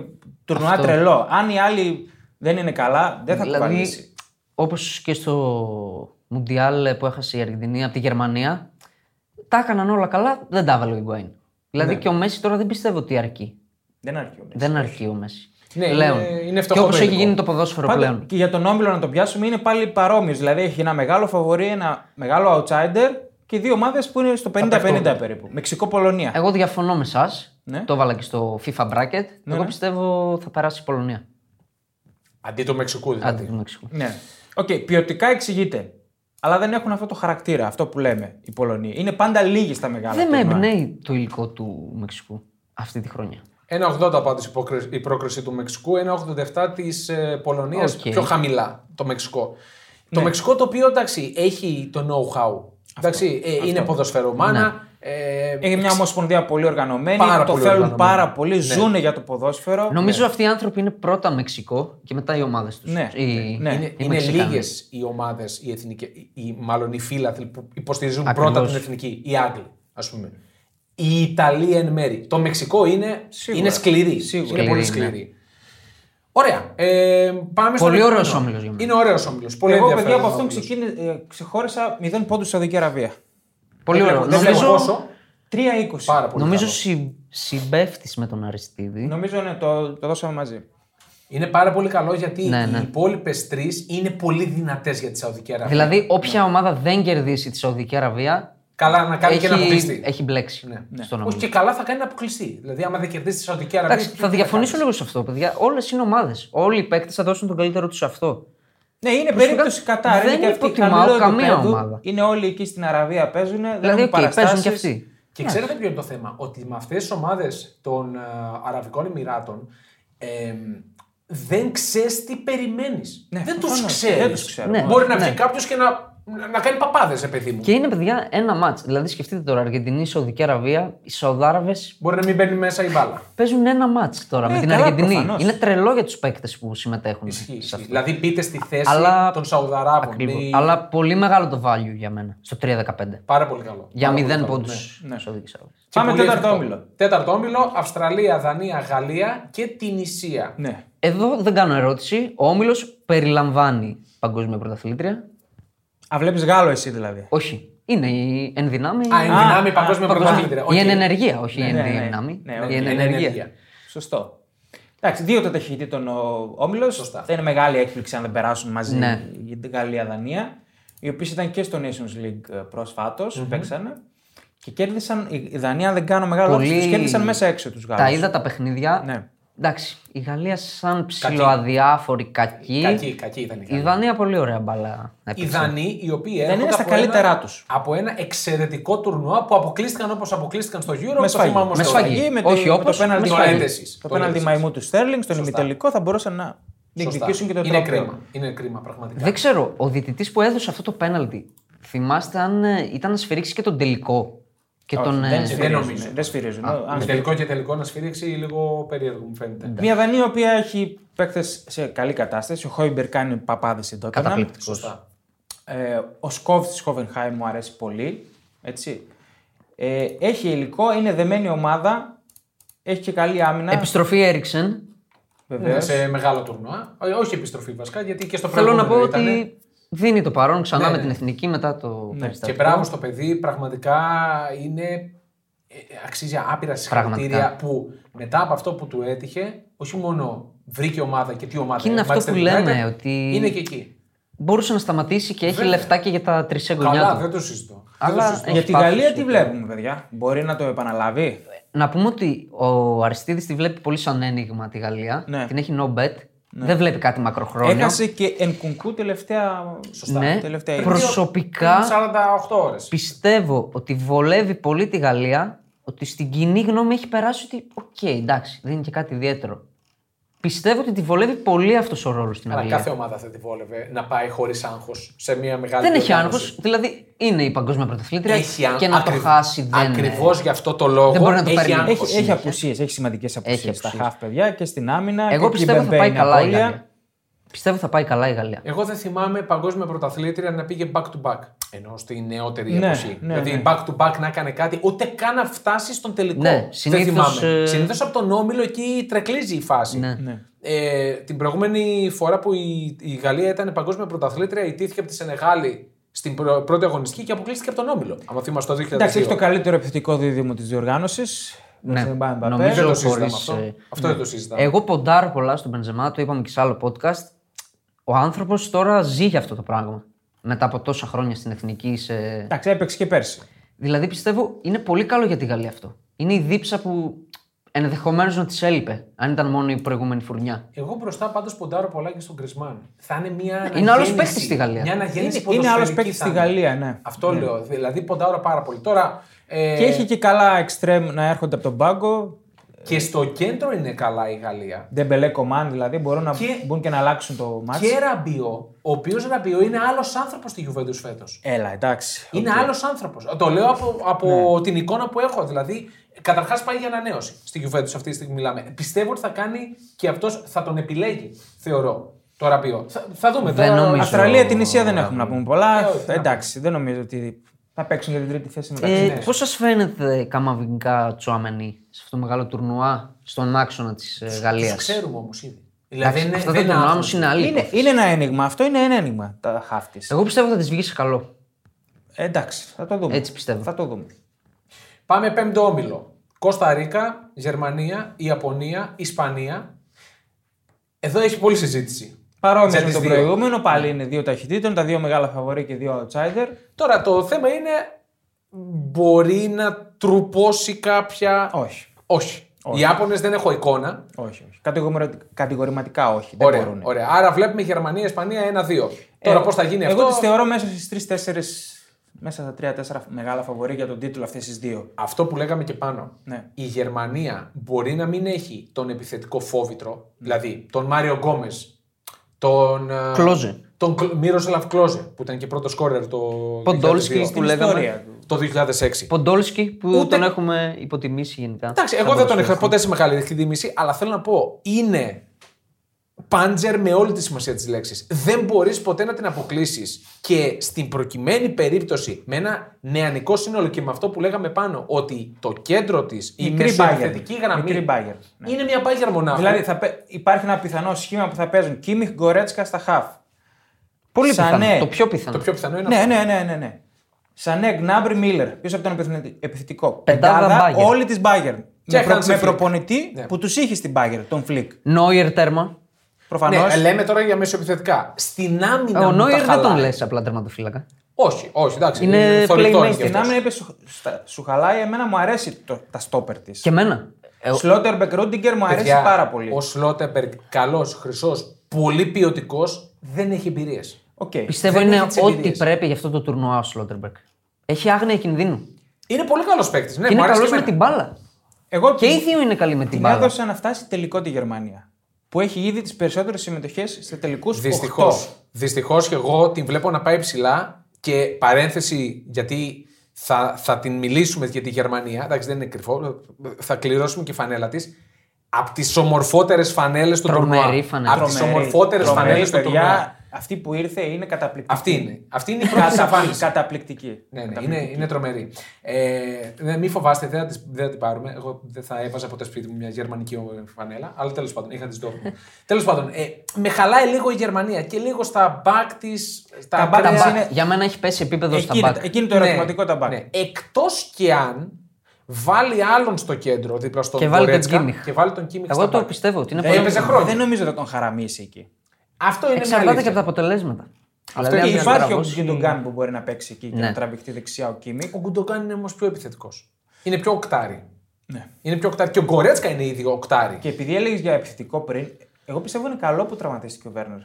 Speaker 2: τουρνουά
Speaker 3: Αυτό.
Speaker 2: τρελό. Αν οι άλλοι δεν είναι καλά, δεν θα δηλαδή...
Speaker 3: Δηλαδή, όπως και στο Μουντιάλ που έχασε η Αργεντινή από τη Γερμανία, τα έκαναν όλα καλά, δεν τα έβαλε ο Ιγκουάιν.
Speaker 1: Ναι.
Speaker 3: Δηλαδή και ο Μέση τώρα δεν πιστεύω ότι αρκεί.
Speaker 2: Δεν αρκεί ο Μέση.
Speaker 3: Δεν αρκεί ο Μέση.
Speaker 1: Ναι,
Speaker 3: πλέον.
Speaker 1: είναι- είναι
Speaker 3: και
Speaker 1: φτωχό
Speaker 3: όπως έχει
Speaker 1: υλικό.
Speaker 3: γίνει το ποδόσφαιρο
Speaker 2: Πάντα
Speaker 3: πλέον.
Speaker 2: Και για τον Όμιλο να τον πιάσουμε είναι πάλι παρόμοιος. Δηλαδή έχει ένα μεγάλο φαβορή, ένα μεγάλο outsider και δύο ομάδες που είναι στο 50-50 περίπου. Μεξικό-Πολωνία.
Speaker 3: Εγώ διαφωνώ με εσάς.
Speaker 2: Ναι.
Speaker 3: Το έβαλα και στο FIFA bracket. Εγώ πιστεύω θα περάσει η Πολωνία.
Speaker 1: αντί του Μεξικού δηλαδή.
Speaker 3: Αντί του Μεξικού.
Speaker 2: Ναι. Οκ, ποιοτικά εξηγείται. Αλλά δεν έχουν αυτό το χαρακτήρα, αυτό που λέμε οι Πολωνοί. Είναι πάντα λίγοι στα μεγάλα.
Speaker 3: δεν με
Speaker 2: τουρνουά.
Speaker 3: εμπνέει το υλικό του Μεξικού αυτή τη χρονιά.
Speaker 1: Ένα 80 πάντω η πρόκριση του Μεξικού, ένα 87 τη Πολωνίας
Speaker 3: Οκ.
Speaker 1: ε,
Speaker 3: Ναι.
Speaker 1: πιο χαμηλά το Μεξικό. Το Μεξικό το οποίο εντάξει έχει το know-how. Εντάξει, ε, είναι ποδοσφαιρομάνα.
Speaker 3: Ναι.
Speaker 1: Ε,
Speaker 2: Είναι μια ομοσπονδία πολύ οργανωμένη,
Speaker 1: Πάρα
Speaker 2: το
Speaker 1: πολύ
Speaker 2: θέλουν
Speaker 1: οργανωμένη.
Speaker 2: πάρα πολύ, ζούνε για το ποδόσφαιρο.
Speaker 3: Νομίζω αυτοί οι άνθρωποι είναι πρώτα Μεξικό και μετά οι ομάδες τους.
Speaker 2: Ναι.
Speaker 3: Οι...
Speaker 2: Ναι.
Speaker 1: είναι
Speaker 3: οι
Speaker 1: είναι
Speaker 3: Μεξικάνοι.
Speaker 1: λίγες οι ομάδες, οι εθνικοί, οι, μάλλον οι φίλαθλοι που υποστηρίζουν
Speaker 3: Ακριβώς.
Speaker 1: πρώτα την εθνική. Οι Άγγλοι, ας πούμε. Η Ιταλία εν μέρη. Το Μεξικό είναι,
Speaker 2: Σίγουρα.
Speaker 1: είναι σκληρή.
Speaker 2: Σίγουρα.
Speaker 1: Είναι πολύ
Speaker 3: Σκληρή, ναι.
Speaker 1: σκληρή. Ωραία. Ε, πάμε στον
Speaker 3: Πολύ
Speaker 1: επόμενο.
Speaker 3: ωραίος όμιλος για μένα.
Speaker 1: Είναι ωραίος όμιλος. Πολύ
Speaker 2: Εγώ, παιδιά,
Speaker 1: ενδιαφέρον
Speaker 2: από αυτόν
Speaker 1: όμιλος.
Speaker 2: ξεκίνη... ε, ξεχώρισα 0 πόντου Σαουδική Αραβία.
Speaker 3: Πολύ
Speaker 1: Δεν
Speaker 3: ωραίο.
Speaker 1: βλέπω- δεν
Speaker 3: Νομίζω,
Speaker 1: βλέπω πόσο.
Speaker 2: 3-20.
Speaker 1: Πάρα πολύ.
Speaker 3: νομίζω
Speaker 1: καλό.
Speaker 3: συ, συμπέφτης με τον Αριστίδη.
Speaker 2: Νομίζω ναι, το, το δώσαμε μαζί.
Speaker 1: Είναι πάρα πολύ καλό γιατί
Speaker 3: Ναι, ναι.
Speaker 1: οι υπόλοιπες τρεις είναι πολύ δυνατές για τη Σαουδική Αραβία.
Speaker 3: Δηλαδή, όποια ομάδα δεν κερδίσει τη Σαουδική Αραβία
Speaker 1: Καλά να κάνει και να αποκλειστεί.
Speaker 3: έχει, έχει μπλέξει στον
Speaker 1: Όχι
Speaker 3: όμιλο.
Speaker 1: και καλά θα κάνει να αποκλειστεί. Δηλαδή, άμα δεν κερδίσει τη Σαουδική Αραβία.
Speaker 3: Εντάξει,
Speaker 1: τι
Speaker 3: θα διαφωνήσω
Speaker 1: κάνεις.
Speaker 3: λίγο σε αυτό, παιδιά. Όλες είναι ομάδες. Όλοι οι παίκτες θα δώσουν τον καλύτερο τους σε αυτό.
Speaker 2: Ναι, είναι περίπτωση Κατάρ.
Speaker 3: δεν
Speaker 2: είναι και αυτή
Speaker 3: υποτιμάω
Speaker 2: χαμηλό
Speaker 3: καμία
Speaker 2: επίπεδο.
Speaker 3: ομάδα.
Speaker 2: Είναι όλοι εκεί στην Αραβία παίζουν.
Speaker 3: Δηλαδή, οκ, παίζουν κι αυτοί.
Speaker 1: Και ξέρετε ποιο είναι το θέμα. Ότι με αυτές τις ομάδες των ε, Αραβικών Εμμυράτων ε, δεν ξέρεις τι περιμένεις.
Speaker 2: Ναι,
Speaker 1: δεν τους
Speaker 2: προφανώς.
Speaker 1: ξέρεις.
Speaker 2: Δεν τους ξέρω.
Speaker 3: Ναι,
Speaker 1: Μπορεί να
Speaker 3: ναι.
Speaker 1: βγει κάποιος και να, να κάνει παπάδες, ρε παιδί μου.
Speaker 3: Και είναι, παιδιά, ένα μάτ. Δηλαδή, σκεφτείτε τώρα, Αργεντινή, Σαουδική Αραβία, οι Σαουδάραβες
Speaker 1: Μπορεί να μην μπαίνει μέσα η μπάλα.
Speaker 3: παίζουν ένα μάτ τώρα
Speaker 2: Ναι,
Speaker 3: με την
Speaker 2: καλά,
Speaker 3: Αργεντινή.
Speaker 2: προφανώς.
Speaker 3: Είναι τρελό για τους παίκτες που συμμετέχουν.
Speaker 1: Ισχύει,
Speaker 3: σε
Speaker 1: ισχύει.
Speaker 3: αυτό.
Speaker 1: Δηλαδή μπείτε στη θέση
Speaker 3: Αλλά-
Speaker 1: των Σαουδαράβων.
Speaker 3: Ακριβώς.
Speaker 1: Είναι
Speaker 3: Αλλά πολύ μεγάλο το value για μένα στο 3-15.
Speaker 1: Πάρα πολύ καλό.
Speaker 3: Για
Speaker 1: Πάρα πολύ
Speaker 3: 0
Speaker 1: καλό,
Speaker 3: πόντους
Speaker 1: ναι.
Speaker 2: ναι.
Speaker 3: Σαουδικής Αραβίας.
Speaker 1: Και
Speaker 2: Πάμε
Speaker 1: πολύ
Speaker 2: τέταρτο
Speaker 1: εφικτό.
Speaker 2: όμιλο.
Speaker 1: Τέταρτο όμιλο, Αυστραλία, Δανία, Γαλλία και την Ισία.
Speaker 2: Ναι.
Speaker 3: Εδώ δεν κάνω ερώτηση. Ο όμιλος περιλαμβάνει παγκόσμια πρωταθλήτρια.
Speaker 2: Α, βλέπεις Γάλλο εσύ δηλαδή.
Speaker 3: Όχι. Είναι η εν δυνάμει.
Speaker 1: Α, εν
Speaker 2: Α,
Speaker 1: δυνάμει
Speaker 2: α,
Speaker 1: παγκόσμια
Speaker 2: παγκόσμια.
Speaker 1: πρωταθλήτρια.
Speaker 3: Η
Speaker 1: Οκ.
Speaker 3: εν ενεργεία, όχι η εν
Speaker 2: ναι, ναι.
Speaker 3: δυνάμει.
Speaker 2: Ναι, οκ.
Speaker 3: Η εν
Speaker 1: Εν
Speaker 3: ενεργεία.
Speaker 2: Σωστό. Εντάξει, δύο των ταχυτήτων ο όμιλος. Θα είναι μεγάλη έκπληξη αν δεν περάσουν μαζί
Speaker 3: Ναι.
Speaker 2: για την Γαλλία-Δανία. Οι οποίες ήταν και στο Nations League προσφατω παίξανε. Και κέρδισαν, η η Δανία, αν δεν κάνω μεγάλο
Speaker 3: Πολύ-
Speaker 2: λάθο, κέρδισαν μέσα έξω τους Γάλλους.
Speaker 3: Τα είδα τα παιχνίδια.
Speaker 2: Ναι.
Speaker 3: Εντάξει, η Γαλλία σαν ψηλοαδιάφορη, κακή.
Speaker 1: Κακή, κακή ήταν η
Speaker 3: Η
Speaker 1: Γαλλία.
Speaker 3: Δανία πολύ ωραία μπαλά. να
Speaker 1: Οι
Speaker 3: έπαιξε.
Speaker 1: Δανείοι, οι οποίοι
Speaker 2: Δανείοι
Speaker 1: έρχονται
Speaker 2: είναι στα
Speaker 1: από ένα-
Speaker 2: καλύτερά τους.
Speaker 1: Από ένα εξαιρετικό τουρνουά που αποκλείστηκαν όπως αποκλείστηκαν στο Euro.
Speaker 2: Με
Speaker 1: το
Speaker 2: σφαγή.
Speaker 1: θυμάμαι ως
Speaker 3: Με
Speaker 1: τώρα.
Speaker 3: σφαγή.
Speaker 2: με
Speaker 3: Όχι
Speaker 2: το, με
Speaker 3: όπως,
Speaker 2: το πέναλτι
Speaker 3: με
Speaker 1: Το
Speaker 3: σφαγή.
Speaker 2: μαϊμού-
Speaker 1: λέτε εσείς.
Speaker 2: Το
Speaker 1: Το λέτε
Speaker 2: πέναλτι
Speaker 1: εσείς.
Speaker 2: μαϊμού του Στέρλινγκ στον
Speaker 1: Σωστά.
Speaker 2: ημιτελικό θα μπορούσαν να
Speaker 1: Σωστά.
Speaker 2: διεκδικήσουν και το
Speaker 1: Είναι
Speaker 2: τρόπο.
Speaker 1: κρίμα. Είναι κρίμα πραγματικά.
Speaker 3: Δεν ξέρω, ο διαιτητής που έδωσε αυτό το πέναλτι, θυμάστε αν ε, ήταν να σφυρίξει και τον τελικό. Και τον, ε,
Speaker 2: δεν σφυρίζουν,
Speaker 1: νομίζω.
Speaker 2: Δεν σφυρίζουν. Αν
Speaker 1: Με τελικό και τελικό να σφυρίξει λίγο περίεργο μου
Speaker 3: Ναι.
Speaker 1: φαίνεται.
Speaker 2: Μια Δανία η οποία έχει παίκτες σε καλή κατάσταση. Ο Χόιμπερ κάνει παπάδες στην Τότεναμ.
Speaker 3: Καταπληκτικός.
Speaker 1: Σωστά.
Speaker 2: Ε, ο Σκόβ της Χόβενχάιμ μου αρέσει πολύ. Έτσι. Ε, έχει υλικό, είναι δεμένη ομάδα. Έχει και καλή άμυνα.
Speaker 3: Επιστροφή Έριξεν.
Speaker 1: Ναι,
Speaker 2: βεβαίως.
Speaker 1: σε μεγάλο τουρνουά. Ε, Όχι επιστροφή βασικά, γιατί και στο
Speaker 3: Θέλω να πω
Speaker 1: προηγούμενο ήτανε.
Speaker 3: ότι δίνει το παρόν ξανά
Speaker 1: Ναι,
Speaker 3: με
Speaker 1: ναι.
Speaker 3: την εθνική μετά το
Speaker 1: Και
Speaker 3: περιστατικό.
Speaker 1: μπράβο στο παιδί, πραγματικά είναι. ε, Αξίζει άπειρα συγχαρητήρια
Speaker 3: Πραγματικά.
Speaker 1: που μετά από αυτό που του έτυχε, όχι μόνο βρήκε ομάδα και τι ομάδα
Speaker 3: Και είναι αυτό
Speaker 1: Manchester
Speaker 3: που
Speaker 1: United,
Speaker 3: λέμε, ότι-
Speaker 1: Είναι και εκεί.
Speaker 3: Μπορούσε να σταματήσει και έχει
Speaker 1: Βέβαια.
Speaker 3: λεφτά και για τα τρισέγγονιά
Speaker 1: Καλά,
Speaker 3: του.
Speaker 1: δεν το συζητώ.
Speaker 3: Αλλά-
Speaker 1: Δεν το συζητώ.
Speaker 3: έχει
Speaker 2: Για τη
Speaker 3: πάθος,
Speaker 2: Γαλλία τι
Speaker 3: ούτε.
Speaker 2: βλέπουμε, παιδιά. Μπορεί να το επαναλάβει.
Speaker 3: Να πούμε ότι ο Αριστίδης τη βλέπει πολύ σαν ένιγμα τη Γαλλία.
Speaker 2: Ναι.
Speaker 3: Την έχει no bet. Δεν βλέπει κάτι μακροχρόνιο.
Speaker 2: Έχασε και εν κουνκού τελευταία. Σωστά.
Speaker 3: Ναι.
Speaker 2: Τελευταία
Speaker 3: Προ-
Speaker 2: είδηση.
Speaker 3: προσωπικά-
Speaker 1: Είναι 48 ώρες.
Speaker 3: Πιστεύω ότι βολεύει πολύ τη Γαλλία, ότι στην κοινή γνώμη έχει περάσει ότι οκ, εντάξει, δεν είναι και κάτι ιδιαίτερο. Πιστεύω ότι τη βολεύει πολύ αυτός ο ρόλος στην
Speaker 1: Αλλά
Speaker 3: Αγγλία.
Speaker 1: κάθε ομάδα θα τη βόλευε να πάει χωρίς άγχος σε μια μεγάλη.
Speaker 3: Δεν έχει άγχο,
Speaker 1: διοργάνωση.
Speaker 3: δηλαδή είναι η παγκόσμια πρωταθλήτρια
Speaker 1: Έχει άγχος.
Speaker 3: και να το χάσει δεν
Speaker 1: Ακριβώς γι' αυτό το λόγο.
Speaker 3: δεν μπορεί να το
Speaker 1: έχει
Speaker 3: παίρνει.
Speaker 1: άγχος.
Speaker 2: Έχει, έχει απουσίες, έχει σημαντικές απουσίε στα
Speaker 3: απουσίες.
Speaker 2: χαφ, παιδιά και στην άμυνα.
Speaker 3: Εγώ
Speaker 2: και εκεί η
Speaker 3: πιστεύω θα
Speaker 2: Μπεμπέ
Speaker 3: πάει
Speaker 2: είναι
Speaker 3: καλά η
Speaker 2: απώλεια.
Speaker 3: Γαλλία. Πιστεύω θα πάει καλά η Γαλλία.
Speaker 1: Εγώ δεν θυμάμαι παγκόσμια πρωταθλήτρια να πήγε back to back. Ενώ στη νεότερη
Speaker 2: Ναι,
Speaker 1: εποχή.
Speaker 2: ναι,
Speaker 1: δηλαδή
Speaker 2: ναι.
Speaker 1: back to back να έκανε κάτι, ούτε καν να φτάσει στον τελικό.
Speaker 3: Ναι,
Speaker 1: δεν
Speaker 3: συνήθως,
Speaker 1: θυμάμαι.
Speaker 3: ε,
Speaker 1: Συνήθως από τον όμιλο εκεί τρεκλίζει η φάση.
Speaker 3: Ναι.
Speaker 2: Ναι.
Speaker 1: Ε, την προηγούμενη φορά που η, η Γαλλία ήταν παγκόσμια πρωταθλήτρια, ιτήθηκε από τη Σενεγάλη στην πρω- πρώτη αγωνιστική και αποκλείστηκε από τον όμιλο. Αν θυμάστε το 2002.
Speaker 2: Εντάξει, έχει το καλύτερο επιθετικό δίδυμο της διοργάνωσης.
Speaker 3: Ναι.
Speaker 1: Δεν
Speaker 3: Νομίζω-
Speaker 1: το συζητάμε
Speaker 3: χωρίς,
Speaker 1: αυτό.
Speaker 3: ε,
Speaker 1: Αυτό
Speaker 2: ναι.
Speaker 1: δεν το συζητάμε.
Speaker 3: Εγώ ποντάρω πολλά στον Μπενζεμά, το είπαμε και σε άλλο podcast. Ο άνθρωπος τώρα ζει για αυτό το πράγμα. Μετά από τόσα χρόνια στην εθνική, σε
Speaker 2: Εντάξει, έπαιξε και πέρσι.
Speaker 3: Δηλαδή πιστεύω είναι πολύ καλό για τη Γαλλία αυτό. Είναι η δίψα που ενδεχομένως να της έλειπε, αν ήταν μόνο η προηγούμενη φουρνιά.
Speaker 1: Εγώ μπροστά πάντως ποντάρω πολλά και στον Κρισμάν. Θα είναι μια.
Speaker 3: Είναι άλλος
Speaker 1: αναγέννηση-
Speaker 3: παίκτης στη Γαλλία.
Speaker 1: Μια αναγέννηση
Speaker 2: Είναι- είναι άλλος
Speaker 1: ποδοσφαιρική
Speaker 2: παίκτης
Speaker 1: θα
Speaker 2: στη
Speaker 1: είναι.
Speaker 2: Γαλλία, ναι.
Speaker 1: Αυτό λέω. Δηλαδή ποντάρω πάρα πολύ. Τώρα. Ε,
Speaker 2: Και έχει και καλά εξτρέμ να έρχονται από τον πάγκο.
Speaker 1: και στο κέντρο είναι καλά η Γαλλία.
Speaker 2: Ντεμπελέ κομμάτι δηλαδή μπορούν να
Speaker 1: Και-
Speaker 2: μπουν και να αλλάξουν το μάτι.
Speaker 1: Και Ραμπιό, ο οποίος Ραμπιό είναι άλλος άνθρωπος στη Γιουβέντους φέτος.
Speaker 2: Έλα, εντάξει.
Speaker 1: Είναι
Speaker 2: Οκ. Ναι.
Speaker 1: άλλος άνθρωπος. Το λέω από, από την εικόνα που έχω. Δηλαδή, καταρχάς πάει για ανανέωση στη Γιουβέντους αυτή τη στιγμή μιλάμε. Πιστεύω ότι θα κάνει και αυτός θα τον επιλέγει, θεωρώ. Το Ραμπιό. Θα, θα δούμε
Speaker 3: Δεν
Speaker 1: τώρα.
Speaker 3: νομίζω.
Speaker 2: Αυστραλία, την Ισία δεν έχουμε να πούμε
Speaker 1: Ε,
Speaker 2: πολλά.
Speaker 1: όχι, να
Speaker 2: εντάξει, δεν νομίζω ότι θα παίξουν για την τρίτη θέση μεταξύ.
Speaker 3: Ε,
Speaker 1: ναι.
Speaker 3: Πώς σας φαίνεται καμαβινικά τσουαμενή σε αυτό το μεγάλο τουρνουά στον άξονα ε, τη Γαλλίας.
Speaker 1: Τους ξέρουμε όμως ήδη. Δηλαδή,
Speaker 3: Αυτά
Speaker 1: είναι-
Speaker 3: τα
Speaker 1: δεν είναι
Speaker 3: τουρνουά όμω
Speaker 1: άγνωστοι.
Speaker 3: είναι άλλη.
Speaker 2: Είναι,
Speaker 3: υπόθεση.
Speaker 2: είναι ένα ένιγμα. Αυτό είναι ένα ένιγμα τα χαφ της.
Speaker 3: Εγώ πιστεύω θα της βγει σε καλό.
Speaker 2: Ε, εντάξει, θα το δούμε.
Speaker 3: Έτσι πιστεύω.
Speaker 2: Θα το δούμε.
Speaker 1: Πάμε πέμπτο όμιλο. Κώστα Ρίκα, Γερμανία, Ιαπωνία, Ισπανία. Εδώ έχει πολλή συζήτηση.
Speaker 2: Παρόμοιος
Speaker 1: Για
Speaker 2: με
Speaker 1: τις
Speaker 2: το
Speaker 1: δύο.
Speaker 2: προηγούμενο, πάλι είναι δύο ταχυτήτων, τα δύο μεγάλα φαβορή και δύο outsider.
Speaker 1: Τώρα το θέμα είναι. Μπορεί να τρουπώσει κάποια.
Speaker 2: Όχι.
Speaker 1: Όχι. Οι Ιάπωνες δεν έχω εικόνα.
Speaker 2: Όχι, όχι. Κατηγορηματι- Κατηγορηματικά όχι. Δεν
Speaker 1: Ωραία,
Speaker 2: μπορούν.
Speaker 1: ωραία. Άρα βλέπουμε Γερμανία, Ισπανία 1-2. Τώρα
Speaker 2: Ε,
Speaker 1: πώς θα γίνει
Speaker 2: εγώ
Speaker 1: αυτό.
Speaker 2: Εγώ τις θεωρώ μέσα στις τρει-τέσσερι. Μέσα στα τρία-τέσσερα μεγάλα φαβορή για τον τίτλο αυτές τις δύο.
Speaker 1: Αυτό που λέγαμε και πάνω.
Speaker 2: Ναι.
Speaker 1: Η Γερμανία μπορεί να μην έχει τον επιθετικό φόβητρο, δηλαδή τον Μάριο Γκόμες, τον. ε,
Speaker 3: Κλόζε.
Speaker 1: Τον Μύροσλαβ Κλόζε, που ήταν και πρώτος σκόρερ το.
Speaker 3: Ποντόλσκι
Speaker 1: 2002.
Speaker 3: Που
Speaker 2: Την
Speaker 3: λέγαμε.
Speaker 2: ιστορία του.
Speaker 1: Το 2006.
Speaker 3: Ποντόλσκι που
Speaker 1: Ούτε-
Speaker 3: τον έχουμε υποτιμήσει γενικά.
Speaker 1: Εντάξει,
Speaker 3: στα
Speaker 1: εγώ δεν τον είχα
Speaker 3: ποδοσφαιρικά.
Speaker 1: ποτέ σε μεγάλη εκτίμηση, αλλά θέλω να πω, είναι πάντζερ με όλη τη σημασία της λέξης. Δεν μπορείς ποτέ να την αποκλείσεις. Και στην προκειμένη περίπτωση, με ένα νεανικό σύνολο και με αυτό που λέγαμε πάνω, ότι το κέντρο της, η μεσοεπιθετική γραμμή,
Speaker 2: Μικρή Bayern, ναι.
Speaker 1: είναι μια πάγια μονάχα.
Speaker 2: Δηλαδή θα παί- υπάρχει ένα πιθανό σχήμα που θα παίζουν Κίμιχ Γκορέτσκα στα χαφ.
Speaker 3: Πολύ
Speaker 2: Σανέ.
Speaker 3: πιθανό. Το πιο πιθανό.
Speaker 1: το πιο πιθανό είναι
Speaker 2: Ναι,
Speaker 1: αυτό.
Speaker 2: ναι, ναι, ναι. ναι. Σανέ, Γκνάμπρι, Μίλλερ. Πίσω από τον επιθυ- επιθετικό.
Speaker 3: Πεντάδα Bayern.
Speaker 2: όλη της Bayern. Με, προ-
Speaker 1: Hansi
Speaker 2: με
Speaker 1: Flick.
Speaker 2: προπονητή
Speaker 1: Ναι.
Speaker 2: που τους είχε στην Bayern, τον Φλικ.
Speaker 3: Νόιερ τέρμα.
Speaker 2: Προφανώς.
Speaker 1: Ναι, λέμε τώρα για μεσοεπιθετικά. Στην άμυνα.
Speaker 3: Ο
Speaker 1: μου τα
Speaker 3: Νόιερ δεν
Speaker 1: χαλάει.
Speaker 3: τον λες απλά τερματοφύλακα.
Speaker 1: Όχι, όχι, εντάξει.
Speaker 3: Είναι
Speaker 1: θορυβτό
Speaker 3: playmaker.
Speaker 1: είναι και
Speaker 2: Στην
Speaker 1: αυτός.
Speaker 2: άμυνα είπε σου, στα- σου χαλάει, εμένα μου αρέσει το, τα στόπερ της.
Speaker 3: Και εμένα. Ε,
Speaker 2: Σλότερ Μπεκρούντιγκερ μου αρέσει
Speaker 1: Παιδιά,
Speaker 2: πάρα πολύ.
Speaker 1: Ο
Speaker 2: Οκ.
Speaker 1: Σλότεμπεργκ, καλός, χρυσός, πολύ ποιοτικός, δεν έχει εμπειρίες.
Speaker 3: πιστεύω
Speaker 1: δεν
Speaker 3: είναι
Speaker 1: έχει τις
Speaker 3: ό,τι
Speaker 1: εμπειρίες.
Speaker 3: πρέπει για αυτό το τουρνουά ο Σλότερμπερκ. Έχει άγνοια κινδύνου.
Speaker 1: Είναι πολύ καλός παίκτης. Ναι,
Speaker 3: και
Speaker 1: μου Ναι,
Speaker 3: είναι
Speaker 1: αρέσει
Speaker 3: καλός
Speaker 1: και
Speaker 3: με
Speaker 1: εμένα.
Speaker 3: την μπάλα.
Speaker 2: Εγώ
Speaker 3: Και
Speaker 2: την-
Speaker 3: οι δύο είναι καλοί με την
Speaker 2: την
Speaker 3: μπάλα.
Speaker 2: έδωσα να φτάσει τελικό τη Γερμανία. Που έχει ήδη τις περισσότερες συμμετοχές σε τελικούς
Speaker 1: Δυστυχώς. Δυστυχώς και εγώ την βλέπω να πάει ψηλά και παρένθεση γιατί θα, θα την μιλήσουμε για τη Γερμανία. Εντάξει, δεν είναι κρυφό. Θα κληρώσουμε και φανέλα της. Από τις ομορφότερες φανέλες του
Speaker 3: Τρομερή
Speaker 1: τουρνουά.
Speaker 3: φανέλα.
Speaker 1: Από τι ομορφότερε φανέλε του τουρνουά.
Speaker 2: Αυτή που ήρθε είναι καταπληκτική.
Speaker 1: Αυτή είναι. Αυτή είναι η πρώτη της εμφάνιση.
Speaker 2: Καταπληκτική. καταπληκτική.
Speaker 1: Ναι, ναι, είναι, είναι τρομερή. Ε, ναι, μην φοβάστε, δεν θα, τις, δεν θα την πάρουμε. Εγώ δεν θα έβαζα ποτέ σπίτι μου μια γερμανική φανέλα, αλλά τέλος πάντων, είχα τη ντόπι. τέλος πάντων, ε, με χαλάει λίγο η Γερμανία και λίγο στα μπακ της.
Speaker 2: Τα back
Speaker 3: Τα
Speaker 2: της
Speaker 3: back.
Speaker 2: είναι-
Speaker 3: Για μένα έχει πέσει επίπεδο στα
Speaker 2: Εκεί είναι-
Speaker 3: back.
Speaker 2: εκεί είναι το
Speaker 1: Ναι,
Speaker 2: ερωτηματικό τα μπακ.
Speaker 1: Εκτό και αν βάλει άλλον στο κέντρο δίπλα στον
Speaker 3: Και βάλει τον
Speaker 1: Goretzka
Speaker 3: Κίμιχ.
Speaker 1: Και βάλει τον Κίμιχ
Speaker 3: Εγώ
Speaker 1: στα
Speaker 3: το
Speaker 1: back.
Speaker 3: πιστεύω ότι είναι
Speaker 1: Δεν
Speaker 3: πολύ
Speaker 1: έπαιζε
Speaker 3: πιθανό.
Speaker 1: χρόνια.
Speaker 2: Δεν νομίζω ότι τον χαραμίσει εκεί.
Speaker 1: Αυτό είναι μια
Speaker 3: Εξαρτάται και
Speaker 1: αλήθεια.
Speaker 3: από τα αποτελέσματα. Δηλαδή,
Speaker 1: Αυτό είναι μια
Speaker 2: Και
Speaker 3: αν
Speaker 2: υπάρχει ο
Speaker 3: τραβώσει-
Speaker 2: Γκιντογκάν που μπορεί να παίξει εκεί και
Speaker 3: Ναι.
Speaker 2: να τραβηχτεί δεξιά ο Κίμικ.
Speaker 1: Ο Γκουντογκάν είναι όμως πιο επιθετικός. Είναι πιο οκτάρι.
Speaker 2: Ναι.
Speaker 1: Είναι πιο οκτάρι. Και ο Γκορέτσκα είναι ήδη οκτάρι.
Speaker 2: Και επειδή έλεγες για επιθετικό πριν, εγώ πιστεύω είναι καλό που τραυματίστηκε ο Βέρνερ.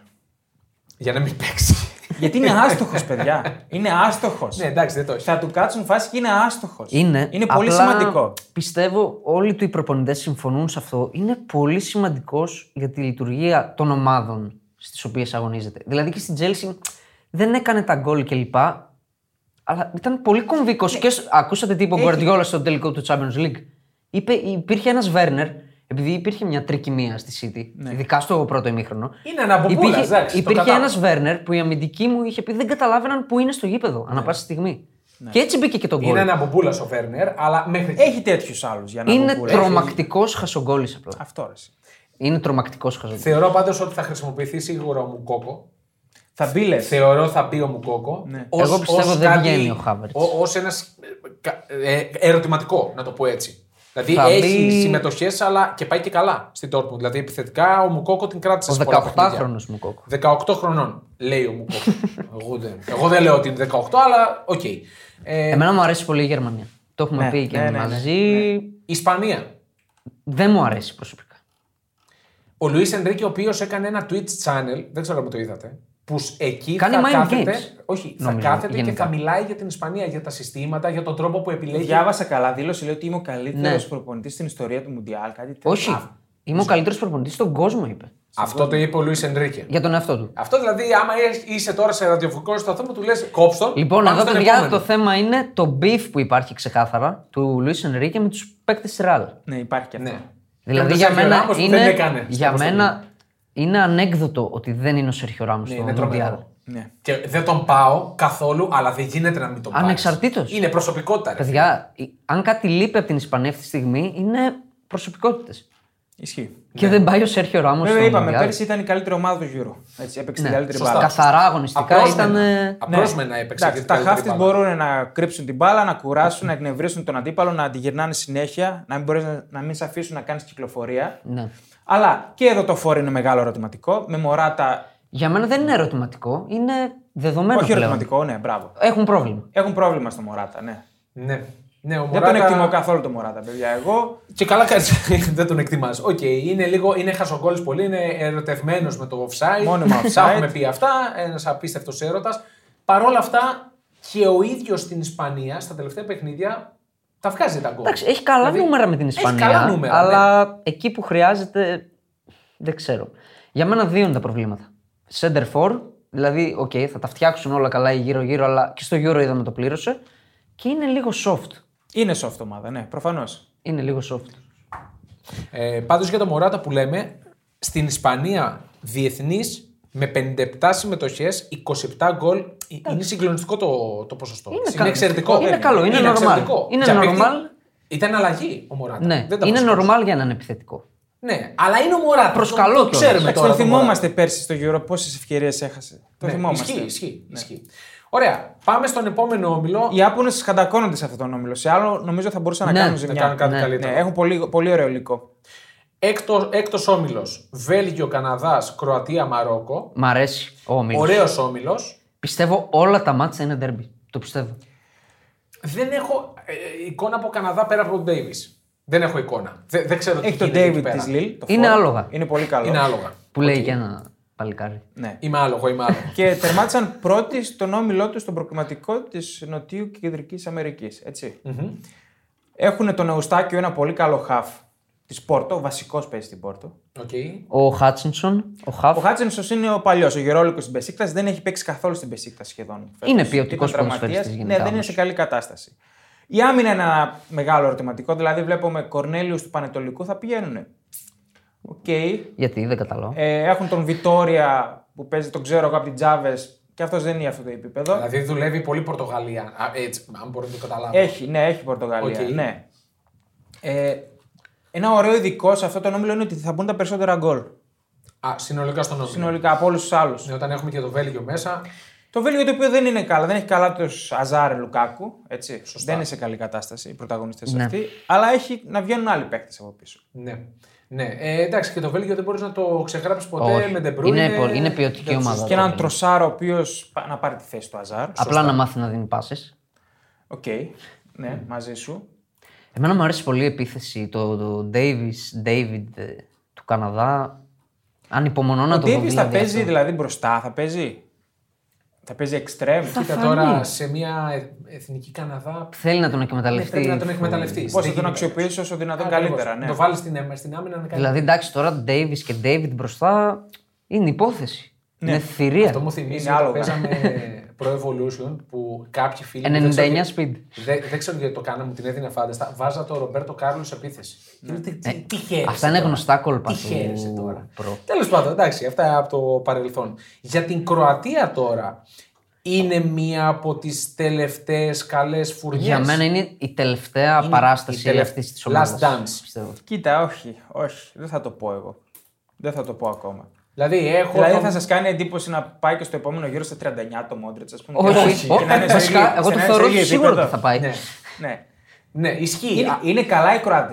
Speaker 1: Για να μην παίξει.
Speaker 2: Γιατί είναι άστοχος, παιδιά. Είναι άστοχος.
Speaker 1: ναι, εντάξει, δεν το έχει.
Speaker 2: Θα του κάτσουν φάση και είναι άστοχος.
Speaker 3: Είναι,
Speaker 2: είναι πολύ
Speaker 3: απλά
Speaker 2: σημαντικό.
Speaker 3: Πιστεύω όλοι του οι προπονητές συμφωνούν σε αυτό. Είναι πολύ σημαντικός για τη λειτουργία των ομάδων στις οποίες αγωνίζεται. Δηλαδή και στην Τζέλση δεν έκανε τα γκολ κλπ. Αλλά ήταν πολύ κομβικός.
Speaker 1: Ναι.
Speaker 3: Και σ- ακούσατε τι είπε ο Γκουαρδιόλα στο τελικό του Champions League. Είπε, υπήρχε ένας Βέρνερ, επειδή υπήρχε μια τρικυμία στη City, ειδικά στο πρώτο ημίχρονο.
Speaker 1: Ναι. Είναι ένα μπομπούλας,
Speaker 3: Υπήρχε,
Speaker 1: εντάξει, το
Speaker 3: υπήρχε
Speaker 1: κατάλαβα.
Speaker 3: ένας Βέρνερ που η αμυντική μου είχε πει δεν καταλάβαιναν που είναι στο γήπεδο, ανά πάση στιγμή. Και έτσι μπήκε και το γκολ.
Speaker 1: Ναι. Είναι ένα μπομπούλας ο Βέρνερ, αλλά μέχρι εκεί.
Speaker 2: Έχει τέτοιου άλλους για να
Speaker 3: Είναι
Speaker 2: βγουν.
Speaker 3: τρομακτικός χασογκόλης απλά.
Speaker 2: Αυτό ρε. εσύ.
Speaker 3: Είναι τρομακτικός χασογκόλη.
Speaker 1: Θεωρώ πάντως ότι θα χρησιμοποιηθεί σίγουρα ο Μουκόκο.
Speaker 2: Θα μπει λες.
Speaker 1: Θεωρώ θα πει ο Μουκόκο. Ως-
Speaker 3: Εγώ πιστεύω
Speaker 1: ως
Speaker 3: δεν
Speaker 1: κάτι-
Speaker 3: βγαίνει ο Χάβερτς.
Speaker 1: ο- Ως ένας ερωτηματικό, να το πω έτσι. Δηλαδή
Speaker 3: Θα
Speaker 1: έχει
Speaker 3: μπει-
Speaker 1: συμμετοχές, αλλά και πάει και καλά στην Dortmund. Δηλαδή επιθετικά ο Μουκόκο την κράτησε.
Speaker 3: Ο
Speaker 1: σε πολλά παιχνίδια.
Speaker 3: 18χρονο μου κόκο.
Speaker 1: 18 χρονών, λέει ο Μουκόκο. εγώ, δεν, εγώ δεν λέω ότι είναι 18, αλλά οκ. Ε,
Speaker 3: Εμένα μου αρέσει πολύ η Γερμανία. Το έχουμε
Speaker 2: Ναι,
Speaker 3: πει και
Speaker 2: ναι, ναι, ναι,
Speaker 3: μαζί.
Speaker 1: Ισπανία.
Speaker 3: Δεν μου αρέσει προσωπικά.
Speaker 1: Ο Λουίς Ενρίκη, ο οποίος έκανε ένα Twitch channel, δεν ξέρω αν το είδατε, που σ- εκεί
Speaker 3: Κάνει
Speaker 1: θα
Speaker 3: mind
Speaker 1: κάθεται,
Speaker 3: games.
Speaker 1: όχι, θα
Speaker 3: Νομίζω,
Speaker 1: κάθεται και
Speaker 3: γενικά.
Speaker 1: θα μιλάει για την Ισπανία, για τα συστήματα, για τον τρόπο που επιλέγει.
Speaker 2: Διάβασα καλά δήλωση, λέει ότι είμαι ο καλύτερος
Speaker 3: Ναι.
Speaker 2: προπονητής στην ιστορία του Μουντιάλ. Κάτι τέτοιο.
Speaker 3: Όχι. Είμαι ο καλύτερος προπονητής στον κόσμο, είπε.
Speaker 1: Αυτό το είπε ο Λουίς Ενρίκη.
Speaker 3: Για τον εαυτό του.
Speaker 1: Αυτό δηλαδή, άμα είσαι- είσαι τώρα σε ραδιοφωνικό σταθμό, του λες κόψτο.
Speaker 3: Λοιπόν,
Speaker 1: πάμε
Speaker 3: εδώ
Speaker 1: στον
Speaker 3: παιδιά
Speaker 1: επόμενο.
Speaker 3: το θέμα είναι το beef που υπάρχει ξεκάθαρα του Λουίς Ενρίκε με τους παίκτες της Ραλ.
Speaker 2: Ναι, υπάρχει και αυτό.
Speaker 1: Ναι.
Speaker 3: Δηλαδή
Speaker 1: το
Speaker 3: για
Speaker 1: Σέρχιο
Speaker 3: μένα,
Speaker 1: Ράμος που δεν
Speaker 3: είναι,
Speaker 1: έκανε στο
Speaker 3: για
Speaker 1: Βοσνία.
Speaker 3: μένα είναι ανέκδοτο ότι δεν είναι ο Σερχιο Ράμος
Speaker 1: Ναι,
Speaker 3: στο
Speaker 1: είναι
Speaker 3: Μουντιάλ.
Speaker 1: τρομερό.
Speaker 2: Ναι.
Speaker 1: Και δεν τον πάω καθόλου, αλλά δεν γίνεται να μην τον πάω.
Speaker 3: Ανεξαρτήτως.
Speaker 1: Είναι προσωπικότητα. Ρε.
Speaker 3: Παιδιά, ε, αν κάτι λείπει από την Ισπανία αυτή τη στιγμή είναι προσωπικότητες.
Speaker 2: Ισχύει.
Speaker 1: Ναι.
Speaker 3: Και δεν πάει ο Σέρχιο Ράμος.
Speaker 2: Βέβαια, είπαμε, πέρσι ήταν η καλύτερη ομάδα του Euro. Έτσι, έπαιξε
Speaker 3: Ναι.
Speaker 2: την καλύτερη
Speaker 1: σωστά.
Speaker 2: μπάλα.
Speaker 3: Καθαρά αγωνιστικά ήταν.
Speaker 1: Απρόσμενα,
Speaker 3: ε,
Speaker 1: απρόσμενα έπαιξε.
Speaker 2: Εντάξει,
Speaker 1: και
Speaker 2: τα
Speaker 1: την καλύτερη
Speaker 2: χάφτη
Speaker 1: μπάλα.
Speaker 2: μπορούν να κρύψουν την μπάλα, να κουράσουν, να εκνευρίσουν τον αντίπαλο, να τη γυρνάνε συνέχεια, να μην, μπορείς, να- να μην σε αφήσουν να κάνεις κυκλοφορία.
Speaker 3: Ναι.
Speaker 2: Αλλά και εδώ το φόρο είναι μεγάλο ερωτηματικό. Με Μωράτα.
Speaker 3: Για μένα δεν είναι ερωτηματικό, είναι δεδομένο
Speaker 2: Όχι
Speaker 3: πλέον.
Speaker 2: ερωτηματικό, ναι, μπράβο.
Speaker 3: Έχουν πρόβλημα.
Speaker 2: Έχουν πρόβλημα στο Μωράτα, ναι.
Speaker 1: Ναι. ναι ο
Speaker 2: Δεν
Speaker 1: Μωράτα-
Speaker 2: τον εκτιμώ καθόλου το Μωράτα, παιδιά. Εγώ.
Speaker 1: Και καλά κάνει. δεν τον εκτιμάς. Οκ, είναι λίγο, είναι χασογκόλης πολύ, είναι ερωτευμένος με το offside. Τα
Speaker 2: Μόνιμα offside.
Speaker 1: έχουμε πει αυτά. Ένας απίστευτος έρωτας. Παρ' όλα αυτά και ο ίδιος στην Ισπανία στα τελευταία παιχνίδια τα βγάζει τα γκολ.
Speaker 3: Εντάξει, έχει καλά
Speaker 1: Δηλαδή,
Speaker 3: νούμερα με την
Speaker 1: έχει
Speaker 3: Ισπανία.
Speaker 1: καλά νούμερα, ναι.
Speaker 3: αλλά εκεί που χρειάζεται. Δεν ξέρω. Για μένα δύο είναι τα προβλήματα. Center for, δηλαδή, οκ, θα τα φτιάξουν όλα καλά οι γύρω-γύρω, αλλά και στο Euro είδαμε το πλήρωσε. Και είναι λίγο soft.
Speaker 2: Είναι soft ομάδα, ναι, προφανώς.
Speaker 3: Είναι λίγο soft.
Speaker 1: Ε, Πάντως για το Μωράτα που λέμε, στην Ισπανία διεθνής με 57 συμμετοχέ, 27 γκολ. Είναι συγκλονιστικό το, το ποσοστό. Είναι,
Speaker 3: καλό.
Speaker 1: εξαιρετικό.
Speaker 3: Είναι
Speaker 1: βέβαια.
Speaker 3: καλό, είναι normal.
Speaker 1: εξαιρετικό.
Speaker 3: Είναι
Speaker 1: Για παίκτη
Speaker 3: normal.
Speaker 1: Ήταν αλλαγή ο Μωράτα.
Speaker 3: Ναι,
Speaker 1: Δεν τα
Speaker 3: είναι
Speaker 1: βρίσκω.
Speaker 3: normal για έναν επιθετικό.
Speaker 1: Ναι, αλλά είναι ο Μωράτα.
Speaker 3: Προσκαλώ
Speaker 1: Το- το
Speaker 3: κιόλας.
Speaker 1: Ξέρουμε
Speaker 2: Εντάξει,
Speaker 1: τώρα.
Speaker 2: το
Speaker 1: τον Μωράτα.
Speaker 2: θυμόμαστε πέρσι στο Euro πόσες ευκαιρίες έχασε. Το
Speaker 1: Ναι,
Speaker 2: θυμόμαστε.
Speaker 1: Ισχύει, ισχύει. ισχύει. Ωραία. Πάμε στον επόμενο όμιλο.
Speaker 2: Οι Άπωνες κατακόνονται σε αυτόν τον όμιλο. Σε άλλο νομίζω θα μπορούσαν
Speaker 3: Ναι,
Speaker 2: να κάνουν
Speaker 3: να
Speaker 1: Να
Speaker 2: ζημιά.
Speaker 1: κάνουν κάτι
Speaker 3: ναι,
Speaker 1: καλύτερο.
Speaker 2: Ναι, έχουν πολύ, πολύ ωραίο υλικό.
Speaker 1: Έκτος έκτος όμιλος. Βέλγιο, Καναδάς, Κροατία, Μαρόκο.
Speaker 3: Μ' αρέσει ο όμιλος.
Speaker 1: Ωραίος όμιλος.
Speaker 3: Πιστεύω όλα τα μάτσα είναι derby. Το πιστεύω.
Speaker 1: Δεν έχω ε, εικόνα από Καναδά πέρα από τον Ντέιβις. Δεν έχω εικόνα. Δε- δεν ξέρω
Speaker 2: Έχει
Speaker 1: τι
Speaker 2: τον
Speaker 1: γίνεται εκεί
Speaker 2: David
Speaker 1: πέρα.
Speaker 2: της Λίλ. το
Speaker 3: Είναι
Speaker 2: φόρ.
Speaker 3: άλογα.
Speaker 2: Είναι πολύ καλό.
Speaker 1: Είναι άλογα.
Speaker 3: Που λέει και ένα παλικάρι.
Speaker 2: Ναι.
Speaker 1: Είμαι άλογο, είμαι άλογο.
Speaker 2: Και τερμάτισαν πρώτοι στον όμιλό τους στον προκριματικό της Νοτιού και Κεντρικής Αμερικής. Έχουν τον Εουστάκιο, ένα πολύ καλό χαφ της Πόρτο, βασικό παίζει την Πόρτο.
Speaker 1: Οκ.
Speaker 3: Ο Χάτσινσον, ο
Speaker 2: Ο
Speaker 3: Χαφ.
Speaker 2: Χάτσενσο είναι ο παλιός, ο γερόλικος τη Μπεσίκτας. Δεν έχει παίξει καθόλου στην Μπεσίκτας σχεδόν. φέτος.
Speaker 3: Είναι ποιοτικός
Speaker 2: Ήταν τραυματίας.
Speaker 3: ποδοσφαιριστής γενικά
Speaker 2: Ναι, δεν είναι
Speaker 3: όμως.
Speaker 2: σε καλή κατάσταση. Η άμυνα είναι ένα μεγάλο ερωτηματικό. Δηλαδή, βλέπουμε Κορνέλιους του Πανετολικού θα πηγαίνουν. Οκ.
Speaker 3: Γιατί δεν καταλαβαίνω.
Speaker 2: Ε, έχουν τον Βιτόρια που παίζει, τον ξέρω εγώ από την Τζάβες και αυτός δεν είναι αυτό το επίπεδο.
Speaker 1: δηλαδή δουλεύει πολύ Πορτογαλία. Α, έτσι, αν μπορώ να το καταλάβω.
Speaker 2: Έχει, ναι, έχει η Πορτογαλία.
Speaker 1: Οκ.
Speaker 2: Ναι. Ε, ένα ωραίο ειδικό σε αυτό το όμιλο είναι ότι θα μπουν τα περισσότερα γκολ.
Speaker 1: Α, συνολικά στον όμιλο.
Speaker 2: Συνολικά από όλους τους άλλους.
Speaker 1: Ναι, Όταν έχουμε και το Βέλγιο μέσα.
Speaker 2: Το Βέλγιο το οποίο δεν είναι καλά, δεν έχει καλά τους Αζάρ Λουκάκου. Έτσι. Δεν είναι σε καλή κατάσταση οι πρωταγωνιστές
Speaker 3: Ναι.
Speaker 2: αυτοί. Αλλά έχει να βγαίνουν άλλοι παίκτες από πίσω.
Speaker 1: Ναι. ναι. Ε, εντάξει, και το Βέλγιο δεν μπορείς να το ξεγράψεις ποτέ
Speaker 3: Όχι.
Speaker 1: με την
Speaker 3: Είναι πο- είναι ποιοτική ομάδα.
Speaker 2: Και
Speaker 3: το
Speaker 2: έναν
Speaker 3: Βέλγιο.
Speaker 2: τροσάρο ο οποίος να πάρει τη θέση του Αζάρ.
Speaker 3: Απλά να μάθει να δίνει πάσει.
Speaker 2: Οκ. Ναι, μαζί σου.
Speaker 3: Εμένα μου αρέσει πολύ η επίθεση. Το, το Davis, David ε, του Καναδά. Ανυπομονώ να
Speaker 2: Ο
Speaker 3: το δω.
Speaker 2: Ντέβι θα
Speaker 3: δηλαδή
Speaker 2: παίζει
Speaker 3: αυτό.
Speaker 2: δηλαδή μπροστά, θα παίζει. Θα παίζει εξτρέμ.
Speaker 1: Κοίτα τώρα σε μια ε- εθνική Καναδά.
Speaker 3: Θέλει να τον
Speaker 1: Ναι,
Speaker 3: εκμεταλλευτεί.
Speaker 1: πρέπει να τον εκμεταλλευτεί.
Speaker 2: Πώς θα τον
Speaker 3: ναι.
Speaker 2: αξιοποιήσει όσο δυνατόν καλύτερα. Ναι.
Speaker 1: Το βάλει στην, άμυνα- στην άμυνα να κάνει.
Speaker 3: Δηλαδή εντάξει τώρα Davis και David μπροστά είναι υπόθεση. Είναι θηρία.
Speaker 1: Αυτό μου θυμίζει
Speaker 2: Είναι
Speaker 1: όταν
Speaker 2: άλογα.
Speaker 1: παίζαμε Pro Evolution που κάποιοι φίλοι. που δεν ξέρω
Speaker 3: 99
Speaker 1: τι-
Speaker 3: Ε, speed.
Speaker 1: Δεν, δεν ξέρω γιατί το κάναμε, την έδινα φάνταστα. Βάζα το Ρομπέρτο Κάρλος επίθεση. Λέω, τι- τι- Τι χαίρεσαι.
Speaker 3: Ναι. Ε, Αυτά είναι
Speaker 1: τώρα.
Speaker 3: γνωστά κόλπα
Speaker 1: Τι
Speaker 3: του
Speaker 1: χαίρεσαι τώρα.
Speaker 3: προ.
Speaker 1: Τέλος πάντων, εντάξει, αυτά από το παρελθόν. Για την Κροατία τώρα, είναι μία από τις τελευταίες καλές φουρνιές.
Speaker 3: Για μένα είναι η τελευταία παράσταση
Speaker 1: τελευταία-
Speaker 3: αυτής της
Speaker 1: last
Speaker 3: ομάδας.
Speaker 1: dance.
Speaker 2: Κοίτα, όχι, όχι. Δεν θα το πω εγώ. Δεν θα το πω ακόμα.
Speaker 1: Δηλαδή, έχω.
Speaker 2: Δηλαδή
Speaker 1: τον-
Speaker 2: θα σας κάνει εντύπωση να πάει και στο επόμενο γύρο στα 39 το Μόντρετ, ας πούμε.
Speaker 3: Όχι,
Speaker 2: Και να είναι σε
Speaker 3: Βασικά,
Speaker 2: ίδιο- σε
Speaker 3: εγώ το
Speaker 2: να είναι σε
Speaker 3: θεωρώ
Speaker 2: ίδιο
Speaker 3: σίγουρο
Speaker 2: επίπεδο.
Speaker 3: ότι θα πάει.
Speaker 1: Ναι,
Speaker 2: Ναι.
Speaker 1: ναι, ισχύει.
Speaker 2: Είναι,
Speaker 1: Α,
Speaker 2: είναι καλά οι Κροάτες.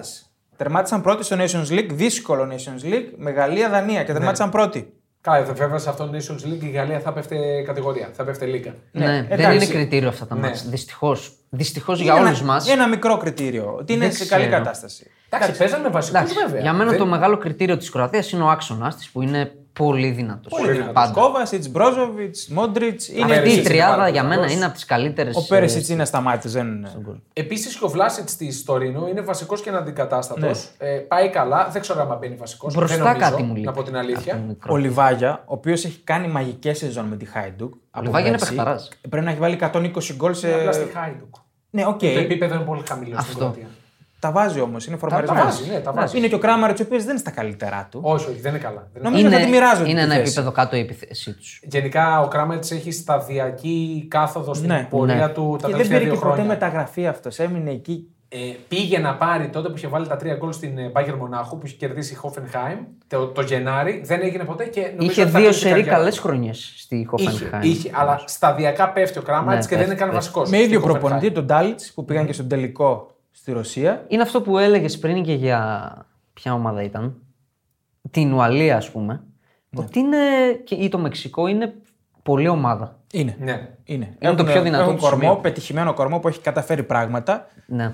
Speaker 2: Τερμάτισαν πρώτοι στο Nations League, δύσκολο Nations League, με Γαλλία, Δανία
Speaker 3: Ναι.
Speaker 2: και τερμάτισαν πρώτοι.
Speaker 1: Καλά, εδώ βέβαια σε αυτόν Nations League η Γαλλία θα πέφτει κατηγορία, θα πέφτει λίγα.
Speaker 3: Ναι, δεν
Speaker 2: εντάξει.
Speaker 3: είναι κριτήριο αυτά τα
Speaker 1: Ναι.
Speaker 3: μάτς. Δυστυχώς. Δυστυχώς για όλους μας.
Speaker 2: Ένα μικρό κριτήριο. Ότι είναι
Speaker 3: Δεν
Speaker 2: σε καλή
Speaker 3: ξέρω.
Speaker 2: κατάσταση.
Speaker 1: Εντάξει, παίζαμε βασικού βέβαια.
Speaker 3: Για μένα
Speaker 1: Δεν-
Speaker 3: το μεγάλο κριτήριο της Κροατίας είναι ο άξονας της που είναι πολύ δυνατός.
Speaker 1: Πολύ δυνατός.
Speaker 3: Πάντα.
Speaker 2: Κόβασιτ, Μπρόζοβιτ, Μόντριτ. Είναι
Speaker 1: Πέρισιτς
Speaker 3: Αυτή η
Speaker 1: είναι
Speaker 2: δύσκολο.
Speaker 3: τριάδα
Speaker 1: πάρα
Speaker 3: για
Speaker 1: δυνατός.
Speaker 3: μένα είναι από ε, τις καλύτερες.
Speaker 2: Ο Πέρεσιτ είναι ασταμάτητο. Δεν... είναι.
Speaker 1: Επίση και ο Βλάσιτ της Τωρίνου είναι βασικός και αναντικατάστατος. Ε, πάει καλά. Δεν ξέρω αν μπαίνει βασικός.
Speaker 3: Ναι. Μπροστά
Speaker 1: δεν νομίζω,
Speaker 3: κάτι μου λείπει.
Speaker 1: Να πω την αλήθεια.
Speaker 2: Ο Λιβάγια, ο οποίος έχει κάνει μαγικές σεζόν με τη Χάιντουκ. Ο
Speaker 3: Λιβάγια είναι παιχταράς.
Speaker 2: Πρέπει να έχει βάλει 120 γκολ σε.
Speaker 1: Απλά στη Χάιντουκ.
Speaker 2: Ναι, οκ.
Speaker 1: Το επίπεδο είναι πολύ χαμηλό στην
Speaker 3: Ε, Αυτό.
Speaker 1: Κροατία.
Speaker 2: Τα βάζει όμως. Είναι φορμαρισμένος.
Speaker 1: βάζει, ναι, τα βάζει.
Speaker 2: Είναι και ο Κράμαριτ, ο οποίος δεν είναι στα καλύτερά του.
Speaker 1: Όχι, όχι, δεν είναι καλά. Δεν είναι...
Speaker 2: Νομίζω θα τη μοιράζονται.
Speaker 3: είναι
Speaker 2: τη
Speaker 3: ένα
Speaker 2: θέση.
Speaker 3: επίπεδο κάτω η επιθέσή τους.
Speaker 1: Γενικά ο Κράμερτ έχει σταδιακή κάθοδο στην
Speaker 2: Ναι.
Speaker 1: πορεία
Speaker 3: Ναι.
Speaker 1: του τα
Speaker 2: Και δεν
Speaker 1: τελευταία
Speaker 2: πήρε
Speaker 1: δύο
Speaker 2: και ποτέ
Speaker 1: χρόνια.
Speaker 2: μεταγραφή αυτός. Έμεινε εκεί.
Speaker 1: ε, πήγε να πάρει τότε που είχε βάλει τα τρία γκολ στην ε, Bayern Μονάχου που είχε κερδίσει η Hoffenheim το, το Γενάρη. Δεν έγινε ποτέ και νομίζω
Speaker 3: Είχε
Speaker 1: ότι θα
Speaker 3: δύο
Speaker 1: κλείσει η
Speaker 3: σερή
Speaker 1: καριέρα
Speaker 3: καλές
Speaker 1: του.
Speaker 3: χρονιές στη
Speaker 1: Είχε,
Speaker 3: Hoffenheim.
Speaker 1: είχε, αλλά σταδιακά πέφτει ο κράμα
Speaker 3: Ναι,
Speaker 1: της και δεν είναι
Speaker 3: πέφτει,
Speaker 1: καν
Speaker 3: πέφτει.
Speaker 1: βασικός.
Speaker 2: Με ίδιο προπονητή, τον Ντάλιτ, που πήγαν και στον τελικό στη Ρωσία.
Speaker 3: Είναι αυτό που έλεγες πριν και για ποια ομάδα ήταν. Την Ουαλία, ας πούμε. Ότι είναι. και- ή το Μεξικό είναι πολλή ομάδα.
Speaker 2: Είναι.
Speaker 1: Ναι.
Speaker 2: Είναι,
Speaker 3: το πιο δυνατό
Speaker 2: έχουν
Speaker 3: του
Speaker 2: κορμό,
Speaker 3: σημείο.
Speaker 2: πετυχημένο κορμό που έχει καταφέρει πράγματα.
Speaker 3: Ναι.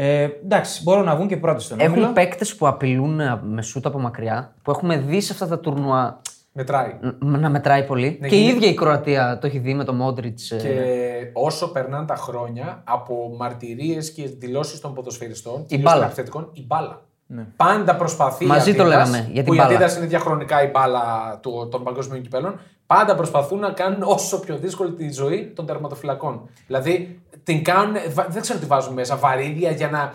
Speaker 2: Ε, εντάξει, μπορούν να βγουν και πρώτοι στον
Speaker 3: Έχουν
Speaker 2: όμιλο.
Speaker 3: παίκτες που απειλούν ε, με σούτ από μακριά, που έχουμε δει σε αυτά τα τουρνουά
Speaker 1: Μετράει.
Speaker 3: ν- να μετράει πολύ. Ναι, και η
Speaker 1: γίνεται-
Speaker 3: ίδια η Κροατία το έχει δει με το ε. Μόντριτ. ναι.
Speaker 1: Και όσο περνάνε τα χρόνια από μαρτυρίες και δηλώσεις των ποδοσφαιριστών, και
Speaker 3: μπάλα. Ναι.
Speaker 1: των επιθετικών, η μπάλα. Πάντα προσπαθεί.
Speaker 3: Μαζί
Speaker 1: η
Speaker 3: το
Speaker 1: Adidas,
Speaker 3: λέγαμε, για την
Speaker 1: που η
Speaker 3: μπάλα.
Speaker 1: Adidas είναι διαχρονικά η μπάλα του, των παγκόσμιων κυπέλων. Πάντα προσπαθούν να κάνουν όσο πιο δύσκολη τη ζωή των τερματοφυλακών. Δηλαδή την κάνουν, βα- δεν ξέρω τι βάζουν μέσα, βαρύδια για να.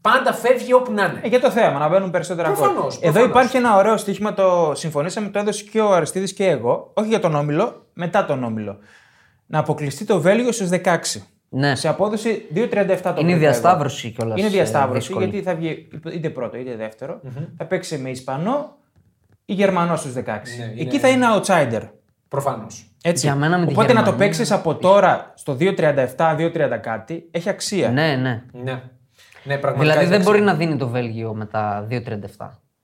Speaker 1: Πάντα φεύγει όπου να είναι.
Speaker 2: Ε, για το θέμα, να μπαίνουν περισσότερα γκολ.
Speaker 1: Προφανώς,
Speaker 2: Εδώ
Speaker 1: προφανώς.
Speaker 2: υπάρχει ένα ωραίο στοίχημα, το συμφωνήσαμε, το έδωσε και ο Αριστίδης και εγώ. Όχι για τον όμιλο, μετά τον όμιλο. Να αποκλειστεί το Βέλγιο στους 16.
Speaker 3: Ναι.
Speaker 2: Σε απόδοση 2,37 το
Speaker 3: Είναι η
Speaker 2: βρήκα
Speaker 3: διασταύρωση ε,
Speaker 2: εγώ.
Speaker 3: κιόλα.
Speaker 2: Είναι διασταύρωση, γιατί θα βγει είτε πρώτο είτε δευτερο Θα παίξει με Ισπανό ή Γερμανό στους 16.
Speaker 1: Ναι,
Speaker 2: Εκεί
Speaker 1: είναι-
Speaker 2: θα είναι outsider.
Speaker 1: Προφανώς.
Speaker 2: Έτσι.
Speaker 3: Για μένα με τη
Speaker 2: Οπότε να το
Speaker 3: Γερμανία-
Speaker 2: παίξεις από τώρα στο 2,37-2,30 κάτι έχει αξία.
Speaker 3: Ναι, ναι.
Speaker 1: Ναι. ναι, πραγματικά.
Speaker 3: Δηλαδή δεν
Speaker 1: εντάξει.
Speaker 3: μπορεί να δίνει το Βέλγιο με τα 2,37.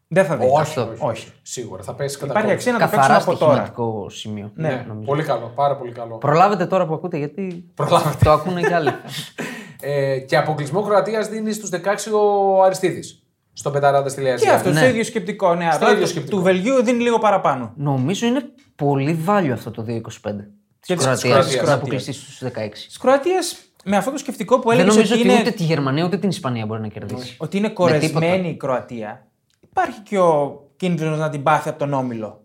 Speaker 2: Δεν θα δει.
Speaker 1: Όχι,
Speaker 3: Αυτό.
Speaker 1: όχι, όχι. Σίγουρα θα πέσει κατά
Speaker 2: Υπάρχει
Speaker 1: κόλλο.
Speaker 2: αξία να το παίξουμε
Speaker 3: Καθαρά
Speaker 2: από τώρα.
Speaker 3: στοιχηματικό σημείο.
Speaker 1: Ναι, πολύ καλό, πάρα πολύ καλό.
Speaker 3: Προλάβετε τώρα που ακούτε γιατί
Speaker 1: Προλάβατε.
Speaker 3: το ακούνε κι άλλοι.
Speaker 1: Ε, και αποκλεισμό Κροατίας δίνει στους 16 ο Αριστίδης. Στον πεταράδε στη
Speaker 2: Και αυτός
Speaker 3: Ναι.
Speaker 2: το ίδιο σκεπτικό. Ναι, απλά
Speaker 1: ίδιο
Speaker 2: το-
Speaker 1: σκεπτικό.
Speaker 2: Του Βελγίου δίνει λίγο παραπάνω.
Speaker 3: Νομίζω είναι πολύ value αυτό το 2,25. Τη
Speaker 2: της
Speaker 1: Κροατίας.
Speaker 3: Κροατίας να
Speaker 1: Κροατίας.
Speaker 3: αποκλειστείς στους 16.
Speaker 2: Της Κροατίας, με αυτό το σκεπτικό που
Speaker 3: Δεν
Speaker 2: έλεγες
Speaker 3: νομίζω
Speaker 2: ότι,
Speaker 3: ότι
Speaker 2: είναι,
Speaker 3: ούτε τη Γερμανία ούτε την Ισπανία μπορεί να κερδίσει.
Speaker 2: ότι είναι
Speaker 3: Με
Speaker 2: κορεσμένη η Κροατία, υπάρχει και ο κίνδυνος να την πάθει από τον όμιλο.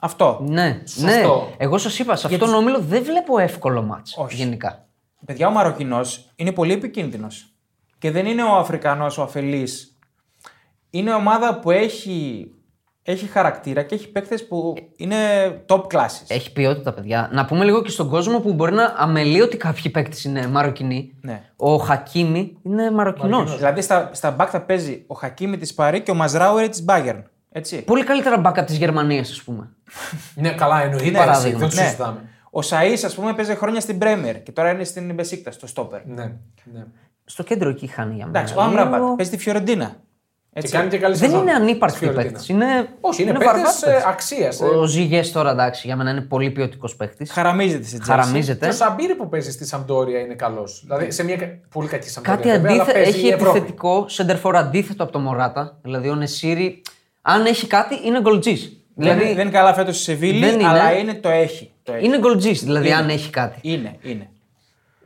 Speaker 2: Αυτό.
Speaker 3: Ναι,
Speaker 1: Σωστό.
Speaker 3: ναι. Εγώ σας είπα, σε αυτόν τον όμιλο δεν βλέπω εύκολο μάτς γενικά.
Speaker 2: Παιδιά, ο Μαροκινός είναι πολύ επικίνδυνος. Και δεν είναι ο Αφρικανός ο αφελής. Είναι ομάδα που έχει, έχει χαρακτήρα και έχει παίκτες που είναι top classes.
Speaker 3: Έχει ποιότητα, παιδιά. Να πούμε λίγο και στον κόσμο που μπορεί να αμελεί ότι κάποιοι παίκτες είναι Μαροκινοί.
Speaker 2: Ναι.
Speaker 3: Ο Χακίμη είναι Μαροκινός.
Speaker 2: Δηλαδή στα, στα back θα παίζει ο Χακίμη τη Παρή και ο Μαζράουερ τη Bayern. Έτσι.
Speaker 3: Πολύ καλύτερα μπακ από τη Γερμανία, ας πούμε.
Speaker 1: Ναι, καλά, εννοείται.
Speaker 3: Ναι,
Speaker 1: εσύ,
Speaker 3: παράδειγμα.
Speaker 1: Δεν το
Speaker 2: Ναι.
Speaker 1: συζητάμε.
Speaker 2: Ο Σαΐς, ας πούμε, παίζει χρόνια στην Bremer και τώρα είναι στην Μπεσίκτα, στο Στόπερ.
Speaker 1: Ναι, ναι.
Speaker 3: Στο κέντρο εκεί χάνει για μένα.
Speaker 2: Εντάξει, ο
Speaker 3: Λίγο-
Speaker 2: Άμραμπατ παίζει τη Φιωρεντίνα.
Speaker 1: Και
Speaker 2: Έτσι.
Speaker 1: κάνει και καλή
Speaker 3: Δεν
Speaker 1: σεζόν.
Speaker 3: είναι ανύπαρκτοι
Speaker 1: Φιωρεντίνα.
Speaker 3: παίκτε. Είναι,
Speaker 1: Όχι, είναι ε,
Speaker 3: βαρβάτοι
Speaker 1: παίκτε
Speaker 3: παίκτες. ε,
Speaker 1: αξίας.
Speaker 3: Ο Ζηγές τώρα εντάξει, για μένα είναι πολύ ποιοτικός παίκτης.
Speaker 2: Χαραμίζεται στη Chelsea.
Speaker 1: Και ο
Speaker 3: Χαραμίζεται.
Speaker 1: Σαμπίρι που παίζει στη Σαμπτόρια είναι καλός. Δηλαδή σε μια κα- πολύ κακή Σαμπτόρια.
Speaker 3: Κάτι
Speaker 1: βέβαια, αλλά
Speaker 3: αντίθετο.
Speaker 1: παίζει
Speaker 3: Έχει
Speaker 1: η Ευρώπη.
Speaker 3: επιθετικό σεντερφόρ αντίθετο από το Μωράτα. Δηλαδή ο Νεσίρι, αν έχει κάτι, είναι γκολτζής.
Speaker 2: Δεν,
Speaker 3: Δηλαδή
Speaker 2: δεν είναι καλά φέτος η Σεβίλη,
Speaker 3: Δεν είναι.
Speaker 2: αλλά είναι το έχει. Το έχει.
Speaker 3: είναι γκολτζής, δηλαδή αν έχει κάτι.
Speaker 2: Είναι, είναι.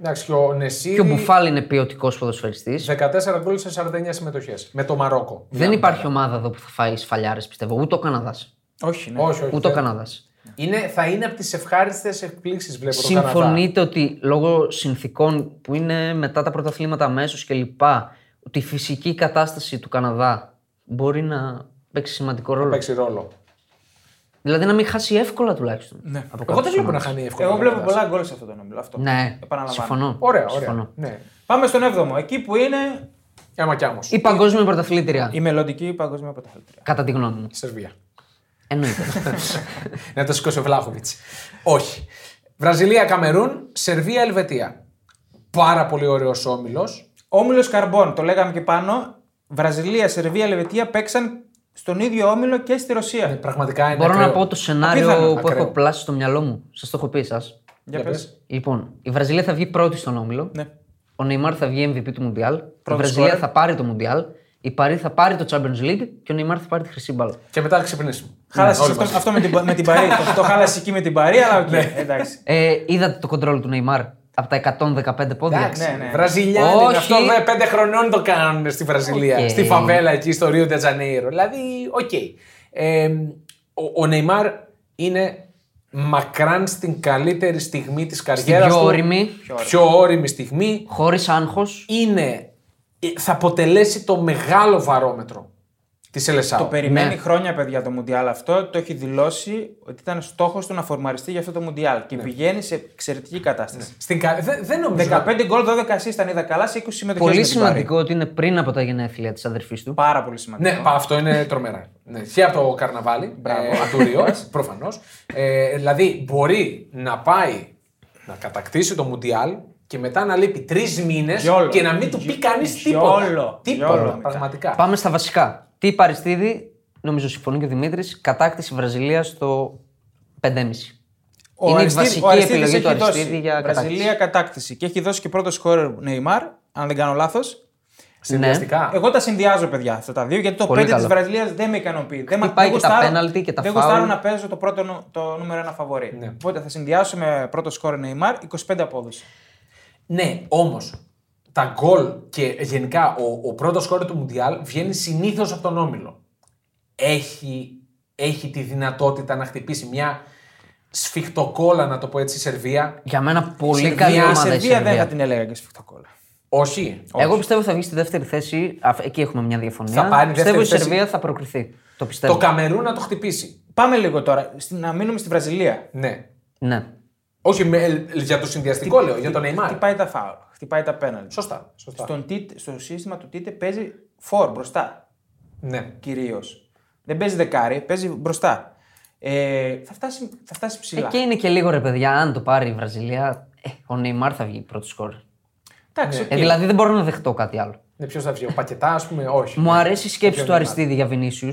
Speaker 1: Εντάξει, και ο
Speaker 3: Και ο
Speaker 1: Νεσίρι.
Speaker 3: Μπουφάλ είναι ποιοτικός ποδοσφαιριστής.
Speaker 1: 14 γκολ σε 49 συμμετοχές. Με το Μαρόκο.
Speaker 3: Δεν υπάρχει ομάδα εδώ που θα φάει σφαλιάρες, πιστεύω. Ούτε ο Καναδάς.
Speaker 2: Όχι, ναι.
Speaker 1: Όχι, όχι.
Speaker 3: Ούτε ο
Speaker 1: δεν-
Speaker 3: Καναδάς.
Speaker 1: είναι, θα είναι από τις ευχάριστες εκπλήξεις, βλέπω. το Καναδά.
Speaker 3: Συμφωνείτε ότι λόγω συνθήκων που είναι μετά τα πρωταθλήματα αμέσως κλπ. ότι η φυσική κατάσταση του Καναδά μπορεί να παίξει σημαντικό ρόλο.
Speaker 1: Παίξει ρόλο.
Speaker 3: Δηλαδή να μην χάσει εύκολα τουλάχιστον. από
Speaker 1: Εγώ δεν
Speaker 3: κάποιες
Speaker 1: βλέπω να
Speaker 3: ομάδες.
Speaker 1: χάνει εύκολα.
Speaker 2: Εγώ
Speaker 1: ο
Speaker 2: βλέπω
Speaker 1: Καναδάς.
Speaker 2: πολλά γκολ σε αυτό το νόμπιλο. Αυτό.
Speaker 3: Ναι,
Speaker 2: Επαναλαμβάνω.
Speaker 3: συμφωνώ.
Speaker 1: Ωραία,
Speaker 3: συμφωνώ.
Speaker 1: ωραία. Ναι.
Speaker 2: Πάμε στον 7ο. Εκεί που είναι
Speaker 1: Άμα κι άμος.
Speaker 3: Η παγκόσμια πρωταθλήτρια,
Speaker 2: η μελλοντική παγκόσμια πρωταθλήτρια.
Speaker 3: κατά τη γνώμη μου.
Speaker 1: Η Σερβία.
Speaker 3: Εννοείται.
Speaker 1: Ναι, Να το σηκώσει ο Βλάχοβιτ. Όχι. Βραζιλία, Καμερούν, Σερβία, Ελβετία. Πάρα πολύ ωραίος όμιλος.
Speaker 2: Όμιλος Καρμπών, το λέγαμε και πάνω. Βραζιλία, Σερβία, Ελβετία παίξαν στον ίδιο όμιλο και στη Ρωσία.
Speaker 1: Ε, Ναι, Πραγματικά είναι.
Speaker 3: Μπορώ να
Speaker 1: ακραίο.
Speaker 3: πω το σενάριο
Speaker 2: Απίθανο,
Speaker 3: που
Speaker 1: ακραίο.
Speaker 3: έχω πλάσει στο μυαλό μου. Σας το έχω πει εσάς.
Speaker 2: Για
Speaker 1: Για
Speaker 2: πες.
Speaker 1: πες.
Speaker 3: Λοιπόν, η Βραζιλία θα βγει πρώτη στον όμιλο.
Speaker 2: Ναι.
Speaker 3: Ο Νεϊμάρ θα βγει MVP του Μουντιάλ. Η
Speaker 2: Πρώτος
Speaker 3: Βραζιλία
Speaker 2: scorer.
Speaker 3: θα πάρει το Μουντιάλ. Η Παρή θα πάρει το Champions League και ο Νεϊμάρ θα πάρει τη χρυσή μπάλα.
Speaker 1: Και μετά ξυπνήσουμε.
Speaker 2: Χάλασε
Speaker 1: Ναι, όλοι
Speaker 2: αυτό,
Speaker 1: μαζί.
Speaker 2: αυτό με την, με την Παρή. το, το χάλασες εκεί με την Παρή, αλλά οκ. εντάξει.
Speaker 3: Ε, είδατε το κοντρόλ του Νεϊμάρ από τα 115 πόδια.
Speaker 1: Εντάξει.
Speaker 2: Ναι, ναι.
Speaker 1: Βραζιλιάνοι
Speaker 3: Όχι.
Speaker 1: αυτό δε πέντε χρονών το κάνουν στη Βραζιλία.
Speaker 3: Οκ.
Speaker 1: Στη φαβέλα εκεί στο Ρίο Ντετζανέιρο. Δηλαδή, οκ. Ε, ο, ο Νεϊμάρ είναι μακράν στην καλύτερη στιγμή της καριέρας
Speaker 3: πιο
Speaker 1: του.
Speaker 3: όρημη.
Speaker 1: Πιο όρημη στιγμή.
Speaker 3: Χωρίς άγχος.
Speaker 1: είναι, ε, θα αποτελέσει το μεγάλο βαρόμετρο Τη Ελεσάου.
Speaker 2: Το περιμένει
Speaker 3: Ναι.
Speaker 2: χρόνια, παιδιά, το Μουντιάλ αυτό. Το έχει δηλώσει ότι ήταν στόχος του να φορμαριστεί για αυτό το Μουντιάλ. Και πηγαίνει σε εξαιρετική κατάσταση.
Speaker 1: Στην κα... δεν, δεν νομίζω.
Speaker 2: 15 γκολ, 12 ασίστ ήταν είδα καλά σε 20 συμμετοχές.
Speaker 3: Πολύ σημαντικό ότι είναι πριν από τα γενέθλια της αδερφής του.
Speaker 2: Πάρα πολύ σημαντικό.
Speaker 1: Ναι, πα- αυτό είναι τρομερά. ναι, και από το καρναβάλι. Μπράβο. Ε, από το Ριό, προφανώς. Ε, δηλαδή, μπορεί να πάει να κατακτήσει το Μουντιάλ και μετά να λείπει τρεις μήνες
Speaker 2: Γιόλο.
Speaker 1: και να μην του πει
Speaker 2: Γι-
Speaker 1: κανεί
Speaker 2: γιόλο.
Speaker 1: τίποτα. Τίποτα.
Speaker 2: Γιόλο.
Speaker 1: Πραγματικά.
Speaker 3: Πάμε στα βασικά. Τι παριστίδη, νομίζω συμφωνεί και ο Δημήτρης, κατάκτηση Βραζιλίας στο 5,5.
Speaker 2: Ο
Speaker 3: είναι η
Speaker 2: Αριστίδης-
Speaker 3: βασική
Speaker 2: ο Αριστίδης
Speaker 3: επιλογή
Speaker 2: έχει
Speaker 3: του Αριστίδη
Speaker 2: δώσει.
Speaker 3: για
Speaker 2: Βραζιλία
Speaker 3: κατάκτηση.
Speaker 2: κατάκτηση. Και έχει δώσει και πρώτο σκόρερ Νεϊμάρ, αν δεν κάνω λάθος.
Speaker 1: Συνδυαστικά.
Speaker 2: Εγώ τα συνδυάζω, παιδιά, αυτά τα δύο, γιατί το
Speaker 3: Πολύ
Speaker 2: 5 της
Speaker 3: καλό.
Speaker 2: Βραζιλίας δεν με ικανοποιεί. Δεν με
Speaker 3: Χτυπάει
Speaker 2: δεν
Speaker 3: και τα
Speaker 2: γουστάρω-
Speaker 3: πέναλτι και τα
Speaker 2: Δεν
Speaker 3: φάουλ.
Speaker 2: γουστάρω να παίζω το, πρώτο, νου- το νούμερο ένα φαβορή.
Speaker 1: Ναι.
Speaker 2: Οπότε θα συνδυάσω με πρώτο σκόρερ Νεϊμάρ 25 απόδοση.
Speaker 1: Ναι, όμως τα γκολ και ε, γενικά ο, ο πρώτος κόρη του Μουντιάλ βγαίνει συνήθως από τον όμιλο. Έχει, έχει τη δυνατότητα να χτυπήσει μια σφιχτοκόλα, να το πω έτσι, Σερβία.
Speaker 3: Για μένα πολύ
Speaker 1: Σερβία-
Speaker 3: καλή ομάδα η
Speaker 2: Σερβία δεν θα
Speaker 3: Σερβία.
Speaker 2: την έλεγα και σφιχτοκόλα.
Speaker 1: Όχι.
Speaker 3: Εγώ πιστεύω θα βγει στη δεύτερη θέση. Αφ- Εκεί έχουμε μια διαφωνία.
Speaker 1: Θα πάρει
Speaker 3: πιστεύω η
Speaker 1: δεύτερη θέση.
Speaker 3: Σερβία θα προκριθεί. Το πιστεύω.
Speaker 1: Το Καμερού να το χτυπήσει.
Speaker 2: Πάμε λίγο τώρα, στη- να μείνουμε στη Βραζιλία.
Speaker 1: Ναι.
Speaker 3: Ναι.
Speaker 1: Όχι με- ε, για το συνδυαστικό, λέω, για τον Neymar.
Speaker 2: Χτυπάει τα φάουλ, χτυπάει τα πέναλτι.
Speaker 1: Σωστά. σωστά.
Speaker 2: Στον Τίτε- στο σύστημα του Τίτε παίζει φορ μπροστά.
Speaker 1: Ναι.
Speaker 2: κυρίως. Δεν παίζει δεκάρι, παίζει μπροστά. Ε, θα, φτάσει, θα φτάσει
Speaker 3: Ε,
Speaker 2: ψηλά.
Speaker 3: και είναι και λίγο ρε παιδιά, αν το πάρει η Βραζιλία, ε, ο Νεϊμάρ θα βγει πρώτο σκορ.
Speaker 2: Εντάξει,
Speaker 3: Ε,
Speaker 2: οκ.
Speaker 3: δηλαδή δεν μπορώ να δεχτώ κάτι άλλο.
Speaker 1: ναι ποιος θα βγει, ο Πακετά, ας πούμε, όχι.
Speaker 3: Μου αρέσει η σκέψη
Speaker 1: Ποιον
Speaker 3: του
Speaker 1: Neymar?
Speaker 3: Αριστίδη για Βινίσιους.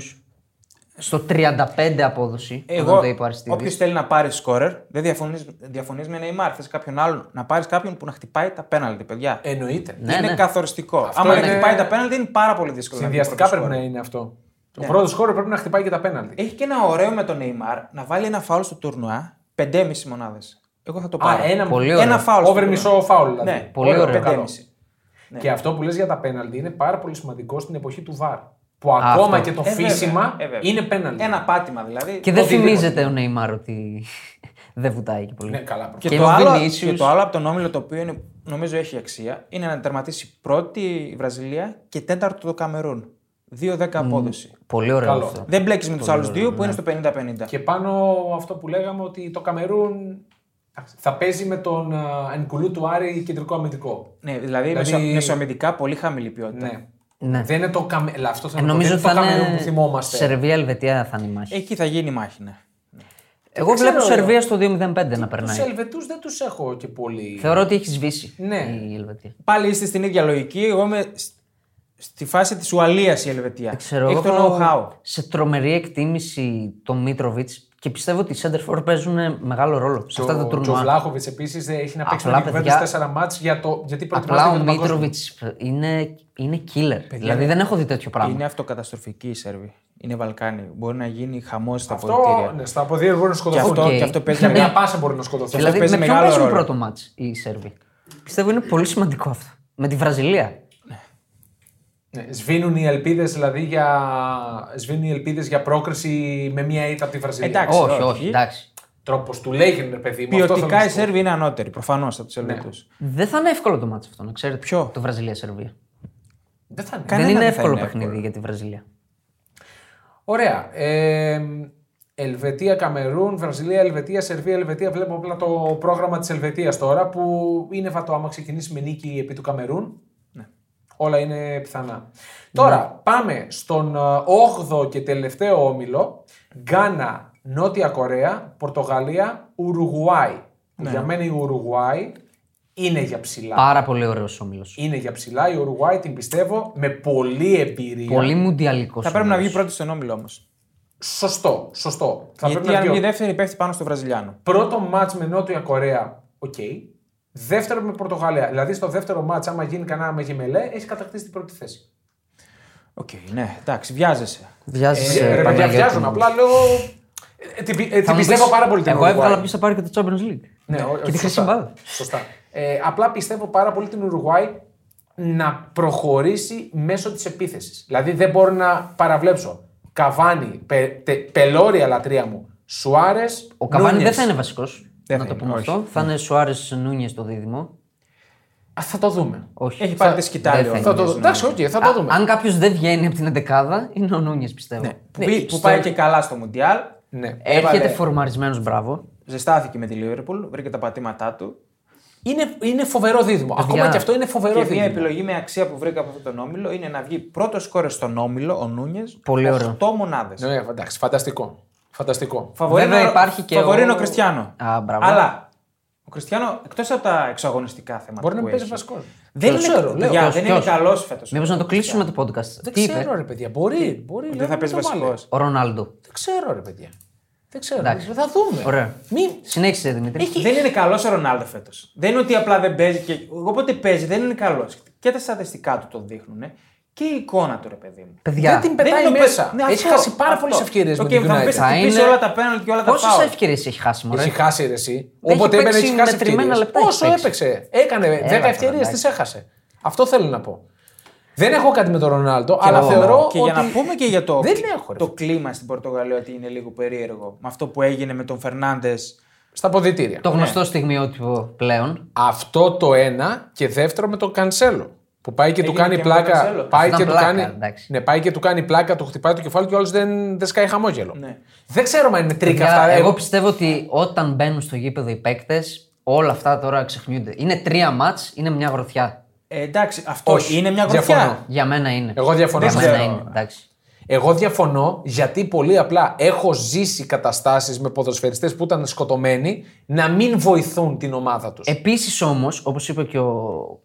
Speaker 3: Στο 35 απόδοση,
Speaker 2: Εγώ,
Speaker 3: όταν το είπε ο Αριστίδης.
Speaker 2: όποιος θέλει να πάρει σκόρερ, δεν διαφωνείς με Neymar. Θες κάποιον άλλον να πάρεις κάποιον που να χτυπάει τα πέναλτι, παιδιά.
Speaker 1: Ε, Εννοείται.
Speaker 3: Ναι,
Speaker 2: είναι
Speaker 3: ναι.
Speaker 2: καθοριστικό. Άμα δεν
Speaker 1: είναι-
Speaker 2: χτυπάει τα πέναλτι, είναι πάρα πολύ δύσκολο. να βγει
Speaker 1: Συνδυαστικά πρέπει
Speaker 2: πρώτος
Speaker 1: να
Speaker 2: σκόρερ.
Speaker 1: είναι αυτό.
Speaker 3: Ναι.
Speaker 1: Ο πρώτο χώρο πρέπει να χτυπάει και τα
Speaker 3: Ε,
Speaker 1: πέναλτι.
Speaker 2: Έχει και ένα ωραίο με τον Neymar να βάλει ένα φάουλ στο τουρνουά, 5,5 μονάδες. Εγώ θα το
Speaker 1: Α,
Speaker 2: πάρω.
Speaker 1: ένα,
Speaker 3: Πολύ ωραίο.
Speaker 2: ένα φάουλ. στο
Speaker 1: Over
Speaker 2: τουρνουά.
Speaker 1: μισό φάουλ. Δηλαδή.
Speaker 2: Ναι,
Speaker 3: Πολύ ωραίο.
Speaker 1: καλό.
Speaker 2: 5,5.
Speaker 1: Και αυτό που λες για τα πέναλτι είναι πάρα πολύ σημαντικό στην εποχή του VAR. Που
Speaker 3: Α,
Speaker 1: ακόμα
Speaker 3: αυτό.
Speaker 1: και το
Speaker 2: Ε, βέβαια,
Speaker 1: φύσιμα
Speaker 2: ε, βέβαια.
Speaker 1: είναι πέναλτι.
Speaker 2: Ένα πάτημα δηλαδή.
Speaker 3: Και δεν
Speaker 1: οτιδήποτε.
Speaker 3: φημίζεται ο Νεϊμάρ ότι δεν βουτάει και πολύ.
Speaker 1: Ναι, καλά, προφανώς.
Speaker 2: Και,
Speaker 3: Και
Speaker 2: το
Speaker 3: ο
Speaker 2: άλλο,
Speaker 3: Βινίσιους.
Speaker 2: και το άλλο από τον όμιλο το οποίο είναι, νομίζω έχει αξία είναι να τερματίσει πρώτη η Βραζιλία και τέταρτο το Καμερούν. 2-10 απόδοση.
Speaker 3: Πολύ ωραίο
Speaker 1: Καλό.
Speaker 3: αυτό.
Speaker 2: Δεν μπλέκεις με τους άλλου δύο που είναι στο 50-50.
Speaker 1: Και πάνω αυτό που λέγαμε ότι το Καμερούν θα παίζει με τον α, Ενκουλού του Άρη κεντρικό αμυντικό.
Speaker 2: Ναι, δηλαδή,
Speaker 1: Δηλαδή-
Speaker 2: μεσο- μεσοαμυντικά πολύ χαμηλή ποιότητα.
Speaker 1: Ναι.
Speaker 3: Ναι. Ε,
Speaker 1: Δεν είναι το, καμε... Λα, αυτό θέλω να πω. Δεν
Speaker 3: Νομίζω
Speaker 1: είναι το
Speaker 3: θα
Speaker 1: Καμερούν
Speaker 3: είναι.
Speaker 1: που θυμόμαστε. Ε,
Speaker 3: Σερβία-Ελβετία θα είναι η μάχη.
Speaker 2: Εκεί θα γίνει η μάχη. Ναι.
Speaker 3: Εγώ
Speaker 1: ξέρω
Speaker 3: βλέπω
Speaker 1: εγώ.
Speaker 3: Σερβία στο 2-0-5 να
Speaker 1: Τους
Speaker 3: περνάει.
Speaker 1: Ελβετούς δεν τους έχω και πολύ.
Speaker 3: Θεωρώ ότι έχει σβήσει
Speaker 1: Ναι.
Speaker 3: η Ελβετία.
Speaker 2: Πάλι είστε στην ίδια λογική. Εγώ είμαι σ- στη φάση της Ουαλίας η Ελβετία.
Speaker 3: Ξέρω
Speaker 2: Έχει
Speaker 3: εγώ
Speaker 2: το know-how.
Speaker 3: σε τρομερή εκτίμηση το Μίτροβιτ και πιστεύω ότι οι Σέντερφορ παίζουν μεγάλο ρόλο σε αυτά τα
Speaker 1: Ο
Speaker 3: τουρνουά.
Speaker 1: Τζοβλάχοβιτ επίσης έχει να παίξει με
Speaker 3: Απλά,
Speaker 1: την Juventus
Speaker 3: παιδιά,
Speaker 1: τέσσερα μάτς για το... γιατί
Speaker 3: Απλά ο
Speaker 1: προετοιμάζεται για το παγκόσμιο.
Speaker 3: Μίτροβιτ είναι, είναι killer. δηλαδή δεν έχω δει τέτοιο πράγμα.
Speaker 2: Είναι αυτοκαταστροφική η Σέρβη. Είναι Βαλκάνοι. Μπορεί να γίνει χαμός στα
Speaker 1: Αυτό,
Speaker 2: πολιτήρια.
Speaker 1: ναι, στα αποδίδια μπορεί να
Speaker 2: Και
Speaker 1: σκοτωθούν.
Speaker 2: αυτό,
Speaker 3: Οκ.
Speaker 2: και αυτό παίζει
Speaker 1: Για
Speaker 2: μεγάλο-
Speaker 1: μια πάσα μπορεί να σκοτωθούν.
Speaker 3: δηλαδή με
Speaker 2: παίζει
Speaker 3: ποιον
Speaker 2: μεγάλο
Speaker 3: παίζουν
Speaker 2: ρόλο.
Speaker 3: πρώτο μάτ οι Σέρβοι. Πιστεύω είναι πολύ σημαντικό αυτό. Με τη Βραζιλία.
Speaker 1: Ναι, σβήνουν οι ελπίδες δηλαδή για... σβήνουν οι ελπίδες για πρόκριση με μία ήττα από τη Βραζιλία.
Speaker 2: Εντάξει.
Speaker 3: όχι,
Speaker 2: όχι.
Speaker 3: όχι, εντάξει.
Speaker 1: Τρόπος του Λέγεν, ρε παιδί μου. αυτό θέλω
Speaker 2: Ποιοτικά
Speaker 1: να
Speaker 2: οι
Speaker 1: σου πω.
Speaker 2: Σέρβοι είναι ανώτεροι προφανώς από τους Ελβετούς.
Speaker 3: Δεν θα είναι εύκολο το μάτσο αυτό, να ξέρετε.
Speaker 2: Ποιο?
Speaker 3: Το Βραζιλία-Σερβία.
Speaker 1: Δεν θα είναι.
Speaker 2: Κανένα
Speaker 3: δεν είναι
Speaker 2: δεν θα
Speaker 3: εύκολο
Speaker 2: είναι
Speaker 3: παιχνίδι
Speaker 2: εύκολο.
Speaker 3: για τη Βραζιλία.
Speaker 1: Ωραία. Ε, Ελβετία, Καμερούν, Βραζιλία, Ελβετία, Σερβία, Ελβετία. Βλέπω απλά το πρόγραμμα της Ελβετίας τώρα που είναι βατό. Άμα ξεκινήσει με νίκη επί του Καμερούν,
Speaker 2: Ναι.
Speaker 1: όλα είναι πιθανά. Τώρα πάμε στον 8ο και τελευταίο όμιλο. Γκάνα, Νότια Κορέα, Πορτογαλία, Ουρουγουάη.
Speaker 2: Ναι.
Speaker 1: Για μένα η Ουρουγουάη είναι για ψηλά.
Speaker 3: Πάρα πολύ ωραίος όμιλος.
Speaker 1: Είναι για ψηλά. Η Ουρουγουάη την πιστεύω με πολλή εμπειρία.
Speaker 3: Πολύ μουντιαλικός.
Speaker 2: Θα πρέπει να βγει πρώτη στον όμιλο όμως.
Speaker 1: Σωστό, σωστό. Θα
Speaker 2: Γιατί αν
Speaker 1: βγει ο-
Speaker 2: βγει δεύτερη, πέφτει πάνω στο Βραζιλιάνο.
Speaker 1: Πρώτο μάτς με Νότια Κορέα, οκ. Δεύτερο με Πορτογαλία. Δηλαδή στο δεύτερο μάτς, άμα γίνει κανένα με γεμελέ, έχεις κατακτήσει την πρώτη θέση.
Speaker 2: Οκ, ναι, εντάξει, βιάζεσαι.
Speaker 3: Βιάζει.
Speaker 1: Ε, ρε παιδιά, βιάζομαι. Απλά λέω. ε, την πι- ε, την πιστεύω πάρα πολύ την
Speaker 3: Εγώ
Speaker 1: Ουρουγουάη.
Speaker 3: έβγαλα ποιο θα πάρει και το Champions League.
Speaker 1: Ναι, ό-
Speaker 3: τη
Speaker 1: σωστά.
Speaker 3: χρυσή μπάλα.
Speaker 1: Σωστά. Ε, απλά πιστεύω πάρα πολύ την Ουρουγουάη να προχωρήσει μέσω της επίθεσης. Δηλαδή δεν μπορώ να παραβλέψω. Καβάνι, πε, τε, πελώρια λατρεία μου. Σουάρε.
Speaker 3: Ο Καβάνη δεν θα είναι βασικός.
Speaker 2: Δεν
Speaker 3: Να
Speaker 2: θα
Speaker 3: το
Speaker 2: είναι,
Speaker 3: πούμε
Speaker 2: όχι.
Speaker 3: αυτό. Θα είναι Σουάρες Νούνιες το δίδυμο.
Speaker 1: Α, θα το δούμε.
Speaker 3: Όχι.
Speaker 2: Έχει πάρει τη
Speaker 3: δεν
Speaker 2: σκητάλη
Speaker 3: θα
Speaker 2: ο
Speaker 3: είναι.
Speaker 1: Θα το...
Speaker 2: Νούνιες,
Speaker 1: Εντάξει,
Speaker 2: νομίζω.
Speaker 1: οκ, θα το δούμε.
Speaker 3: Α, αν κάποιος δεν βγαίνει από την 11 είναι ο Νούνιες, πιστεύω.
Speaker 2: Που, πήγε- που πάει και καλά στο Μουντιάλ.
Speaker 1: Ναι.
Speaker 3: Έρχεται
Speaker 2: Έβαλε-
Speaker 3: φορμαρισμένος, μπράβο.
Speaker 2: Ζεστάθηκε με τη Λίβερπουλ, βρήκε τα πατήματά του.
Speaker 1: Είναι, είναι φοβερό δίδυμο. Ακόμα
Speaker 3: Παιδιά,
Speaker 1: και αυτό είναι φοβερό
Speaker 2: Και μια
Speaker 1: δίδυμο.
Speaker 2: επιλογή με αξία που βρήκα από αυτόν τον όμιλο είναι να βγει πρώτος κόρε στον όμιλο, ο Νούνιες.
Speaker 3: Πολύ ωραίο.
Speaker 2: 8 μονάδες.
Speaker 1: Ναι, εντάξει, φανταστικό. Φανταστικό.
Speaker 3: Βέβαια υπάρχει και
Speaker 2: Φαβορίνο
Speaker 3: ο-
Speaker 2: ο Κριστιανό.
Speaker 3: Α, μπράβο.
Speaker 2: Αλλά ο Κριστιανό εκτός από τα εξαγωνιστικά θέματα.
Speaker 1: Μπορεί να
Speaker 2: που
Speaker 1: παίζει
Speaker 2: έχει,
Speaker 1: βασικός.
Speaker 2: Δεν
Speaker 1: Ποιος
Speaker 2: είναι,
Speaker 1: ξέρω,
Speaker 2: παιδιά,
Speaker 1: λέω.
Speaker 2: δεν
Speaker 3: Ποιος?
Speaker 2: είναι καλός φέτος.
Speaker 3: Μήπως να το κλείσουμε το podcast.
Speaker 1: Δεν
Speaker 3: Τι είπε?
Speaker 1: ξέρω, ρε παιδιά. Μπορεί. μπορεί
Speaker 2: Δεν
Speaker 1: λέω,
Speaker 2: θα παίζει
Speaker 1: το βάλε.
Speaker 2: βασικό.
Speaker 3: Ο Ρονάλντο.
Speaker 1: Δεν ξέρω, ρε παιδιά. Δεν ξέρω.
Speaker 3: Εντάξει.
Speaker 1: Θα δούμε.
Speaker 3: Ωραία.
Speaker 1: Μην-
Speaker 3: Συνέχισε, Δημήτρη.
Speaker 2: Δεν είναι καλός ο Ρονάλντο φέτος. Δεν είναι ότι απλά δεν παίζει. Και... Όποτε παίζει δεν είναι καλός. Και τα στατιστικά του το δείχνουν. Και η εικόνα του, ρε παιδί μου.
Speaker 3: Παιδιά,
Speaker 1: δεν την πετάει
Speaker 2: είναι ο παί-
Speaker 1: μέσα.
Speaker 2: Ναι,
Speaker 1: έχει
Speaker 2: αυτό,
Speaker 1: χάσει πάρα
Speaker 2: αυτό.
Speaker 1: πολλές ευκαιρίες με
Speaker 2: Οκ,
Speaker 1: την
Speaker 2: Θα μου
Speaker 1: United.
Speaker 2: πεις
Speaker 3: Θα
Speaker 2: θα χτυπήσει
Speaker 3: είναι-
Speaker 2: όλα τα πέναλτ και όλα τα
Speaker 3: Πόσες
Speaker 2: φάουλ.
Speaker 3: ευκαιρίες έχει χάσει, Μωρέ.
Speaker 1: Έχει χάσει ρε, εσύ.
Speaker 3: Έχει
Speaker 1: Όποτε έμπαινε,
Speaker 3: παίξει
Speaker 1: έχει χάσει
Speaker 3: μετρημένα
Speaker 1: ευκαιρίες.
Speaker 3: λεπτά, έχει
Speaker 1: Όσο
Speaker 3: παίξει.
Speaker 1: έπαιξε. Έκανε 10
Speaker 3: τώρα,
Speaker 1: ευκαιρίες,
Speaker 3: εντάξει.
Speaker 1: τις έχασε. Αυτό θέλω να πω. Δεν έχω κάτι με τον Ρονάλντο, αλλά
Speaker 3: εγώ,
Speaker 1: θεωρώ
Speaker 2: Και
Speaker 1: ότι.
Speaker 2: για να πούμε και για το,
Speaker 1: Δεν έχω, ρε.
Speaker 2: το κλίμα στην Πορτογαλία ότι είναι λίγο περίεργο με αυτό που έγινε με τον Φερνάντες.
Speaker 1: Στα ποδητήρια.
Speaker 3: Το γνωστό στιγμιότυπο πλέον.
Speaker 1: Αυτό το ένα και δεύτερο με τον Κανσέλο. Που πάει και του
Speaker 2: Έγινε
Speaker 1: κάνει
Speaker 2: και με τον
Speaker 1: πλάκα.
Speaker 2: Κανσέλο.
Speaker 1: Πάει
Speaker 3: Ήταν
Speaker 1: και, του
Speaker 3: πλάκα,
Speaker 1: κάνει,
Speaker 3: εντάξει.
Speaker 1: ναι, πάει και του κάνει πλάκα, του χτυπάει το κεφάλι και όλο δεν, δεν σκάει χαμόγελο.
Speaker 2: Ναι.
Speaker 1: Δεν ξέρω αν είναι τρίκα
Speaker 3: Παιδιά,
Speaker 1: αυτά.
Speaker 3: εγώ
Speaker 1: Εγώ...
Speaker 3: πιστεύω ότι όταν μπαίνουν στο γήπεδο οι παίκτες, όλα αυτά τώρα ξεχνιούνται. Είναι τρία μάτ, είναι μια γροθιά.
Speaker 2: Ε, εντάξει, αυτό
Speaker 1: Όχι,
Speaker 2: είναι μια
Speaker 1: διαφωνώ.
Speaker 2: γροθιά.
Speaker 3: Για μένα είναι.
Speaker 1: Εγώ διαφωνώ.
Speaker 3: Για
Speaker 2: Δεν
Speaker 3: μένα
Speaker 2: ξέρω.
Speaker 3: είναι. Εντάξει.
Speaker 1: Εγώ διαφωνώ γιατί πολύ απλά έχω ζήσει καταστάσεις με ποδοσφαιριστές που ήταν σκοτωμένοι να μην βοηθούν την ομάδα τους.
Speaker 3: Ε, Επίσης όμως, όπως είπε και ο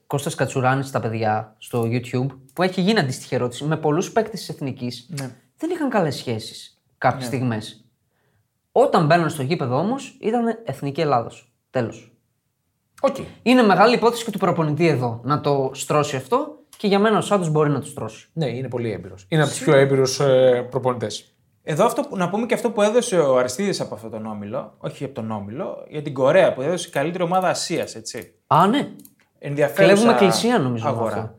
Speaker 3: Κώστας Κατσουράνης στα παιδιά στο YouTube, που έχει γίνει αντίστοιχη ερώτηση, με πολλούς παίκτες της Εθνικής
Speaker 1: Ναι.
Speaker 2: Ναι.
Speaker 3: δεν είχαν καλές σχέσεις κάποιες στιγμές. Όταν μπαίνουν στο γήπεδο όμως, ήταν Εθνική Ελλάδος. Τέλος.
Speaker 1: Οκ.
Speaker 3: Είναι μεγάλη υπόθεση και του προπονητή εδώ να το στρώσει αυτό και για μένα ο Σάντος μπορεί να το στρώσει.
Speaker 1: Ναι, είναι πολύ έμπειρος. Είναι από τους πιο έμπειρους ε, προπονητές.
Speaker 2: Εδώ αυτό, που- να πούμε και αυτό που έδωσε ο Αριστίδης από αυτόν τον όμιλο, όχι από τον όμιλο, για την Κορέα που έδωσε η καλύτερη ομάδα Ασίας, έτσι.
Speaker 3: Α, ναι.
Speaker 2: Ενδιαφέρουσα
Speaker 3: Κλέβουμε εκκλησία νομίζω. με
Speaker 2: Αγορά.
Speaker 3: αυτό.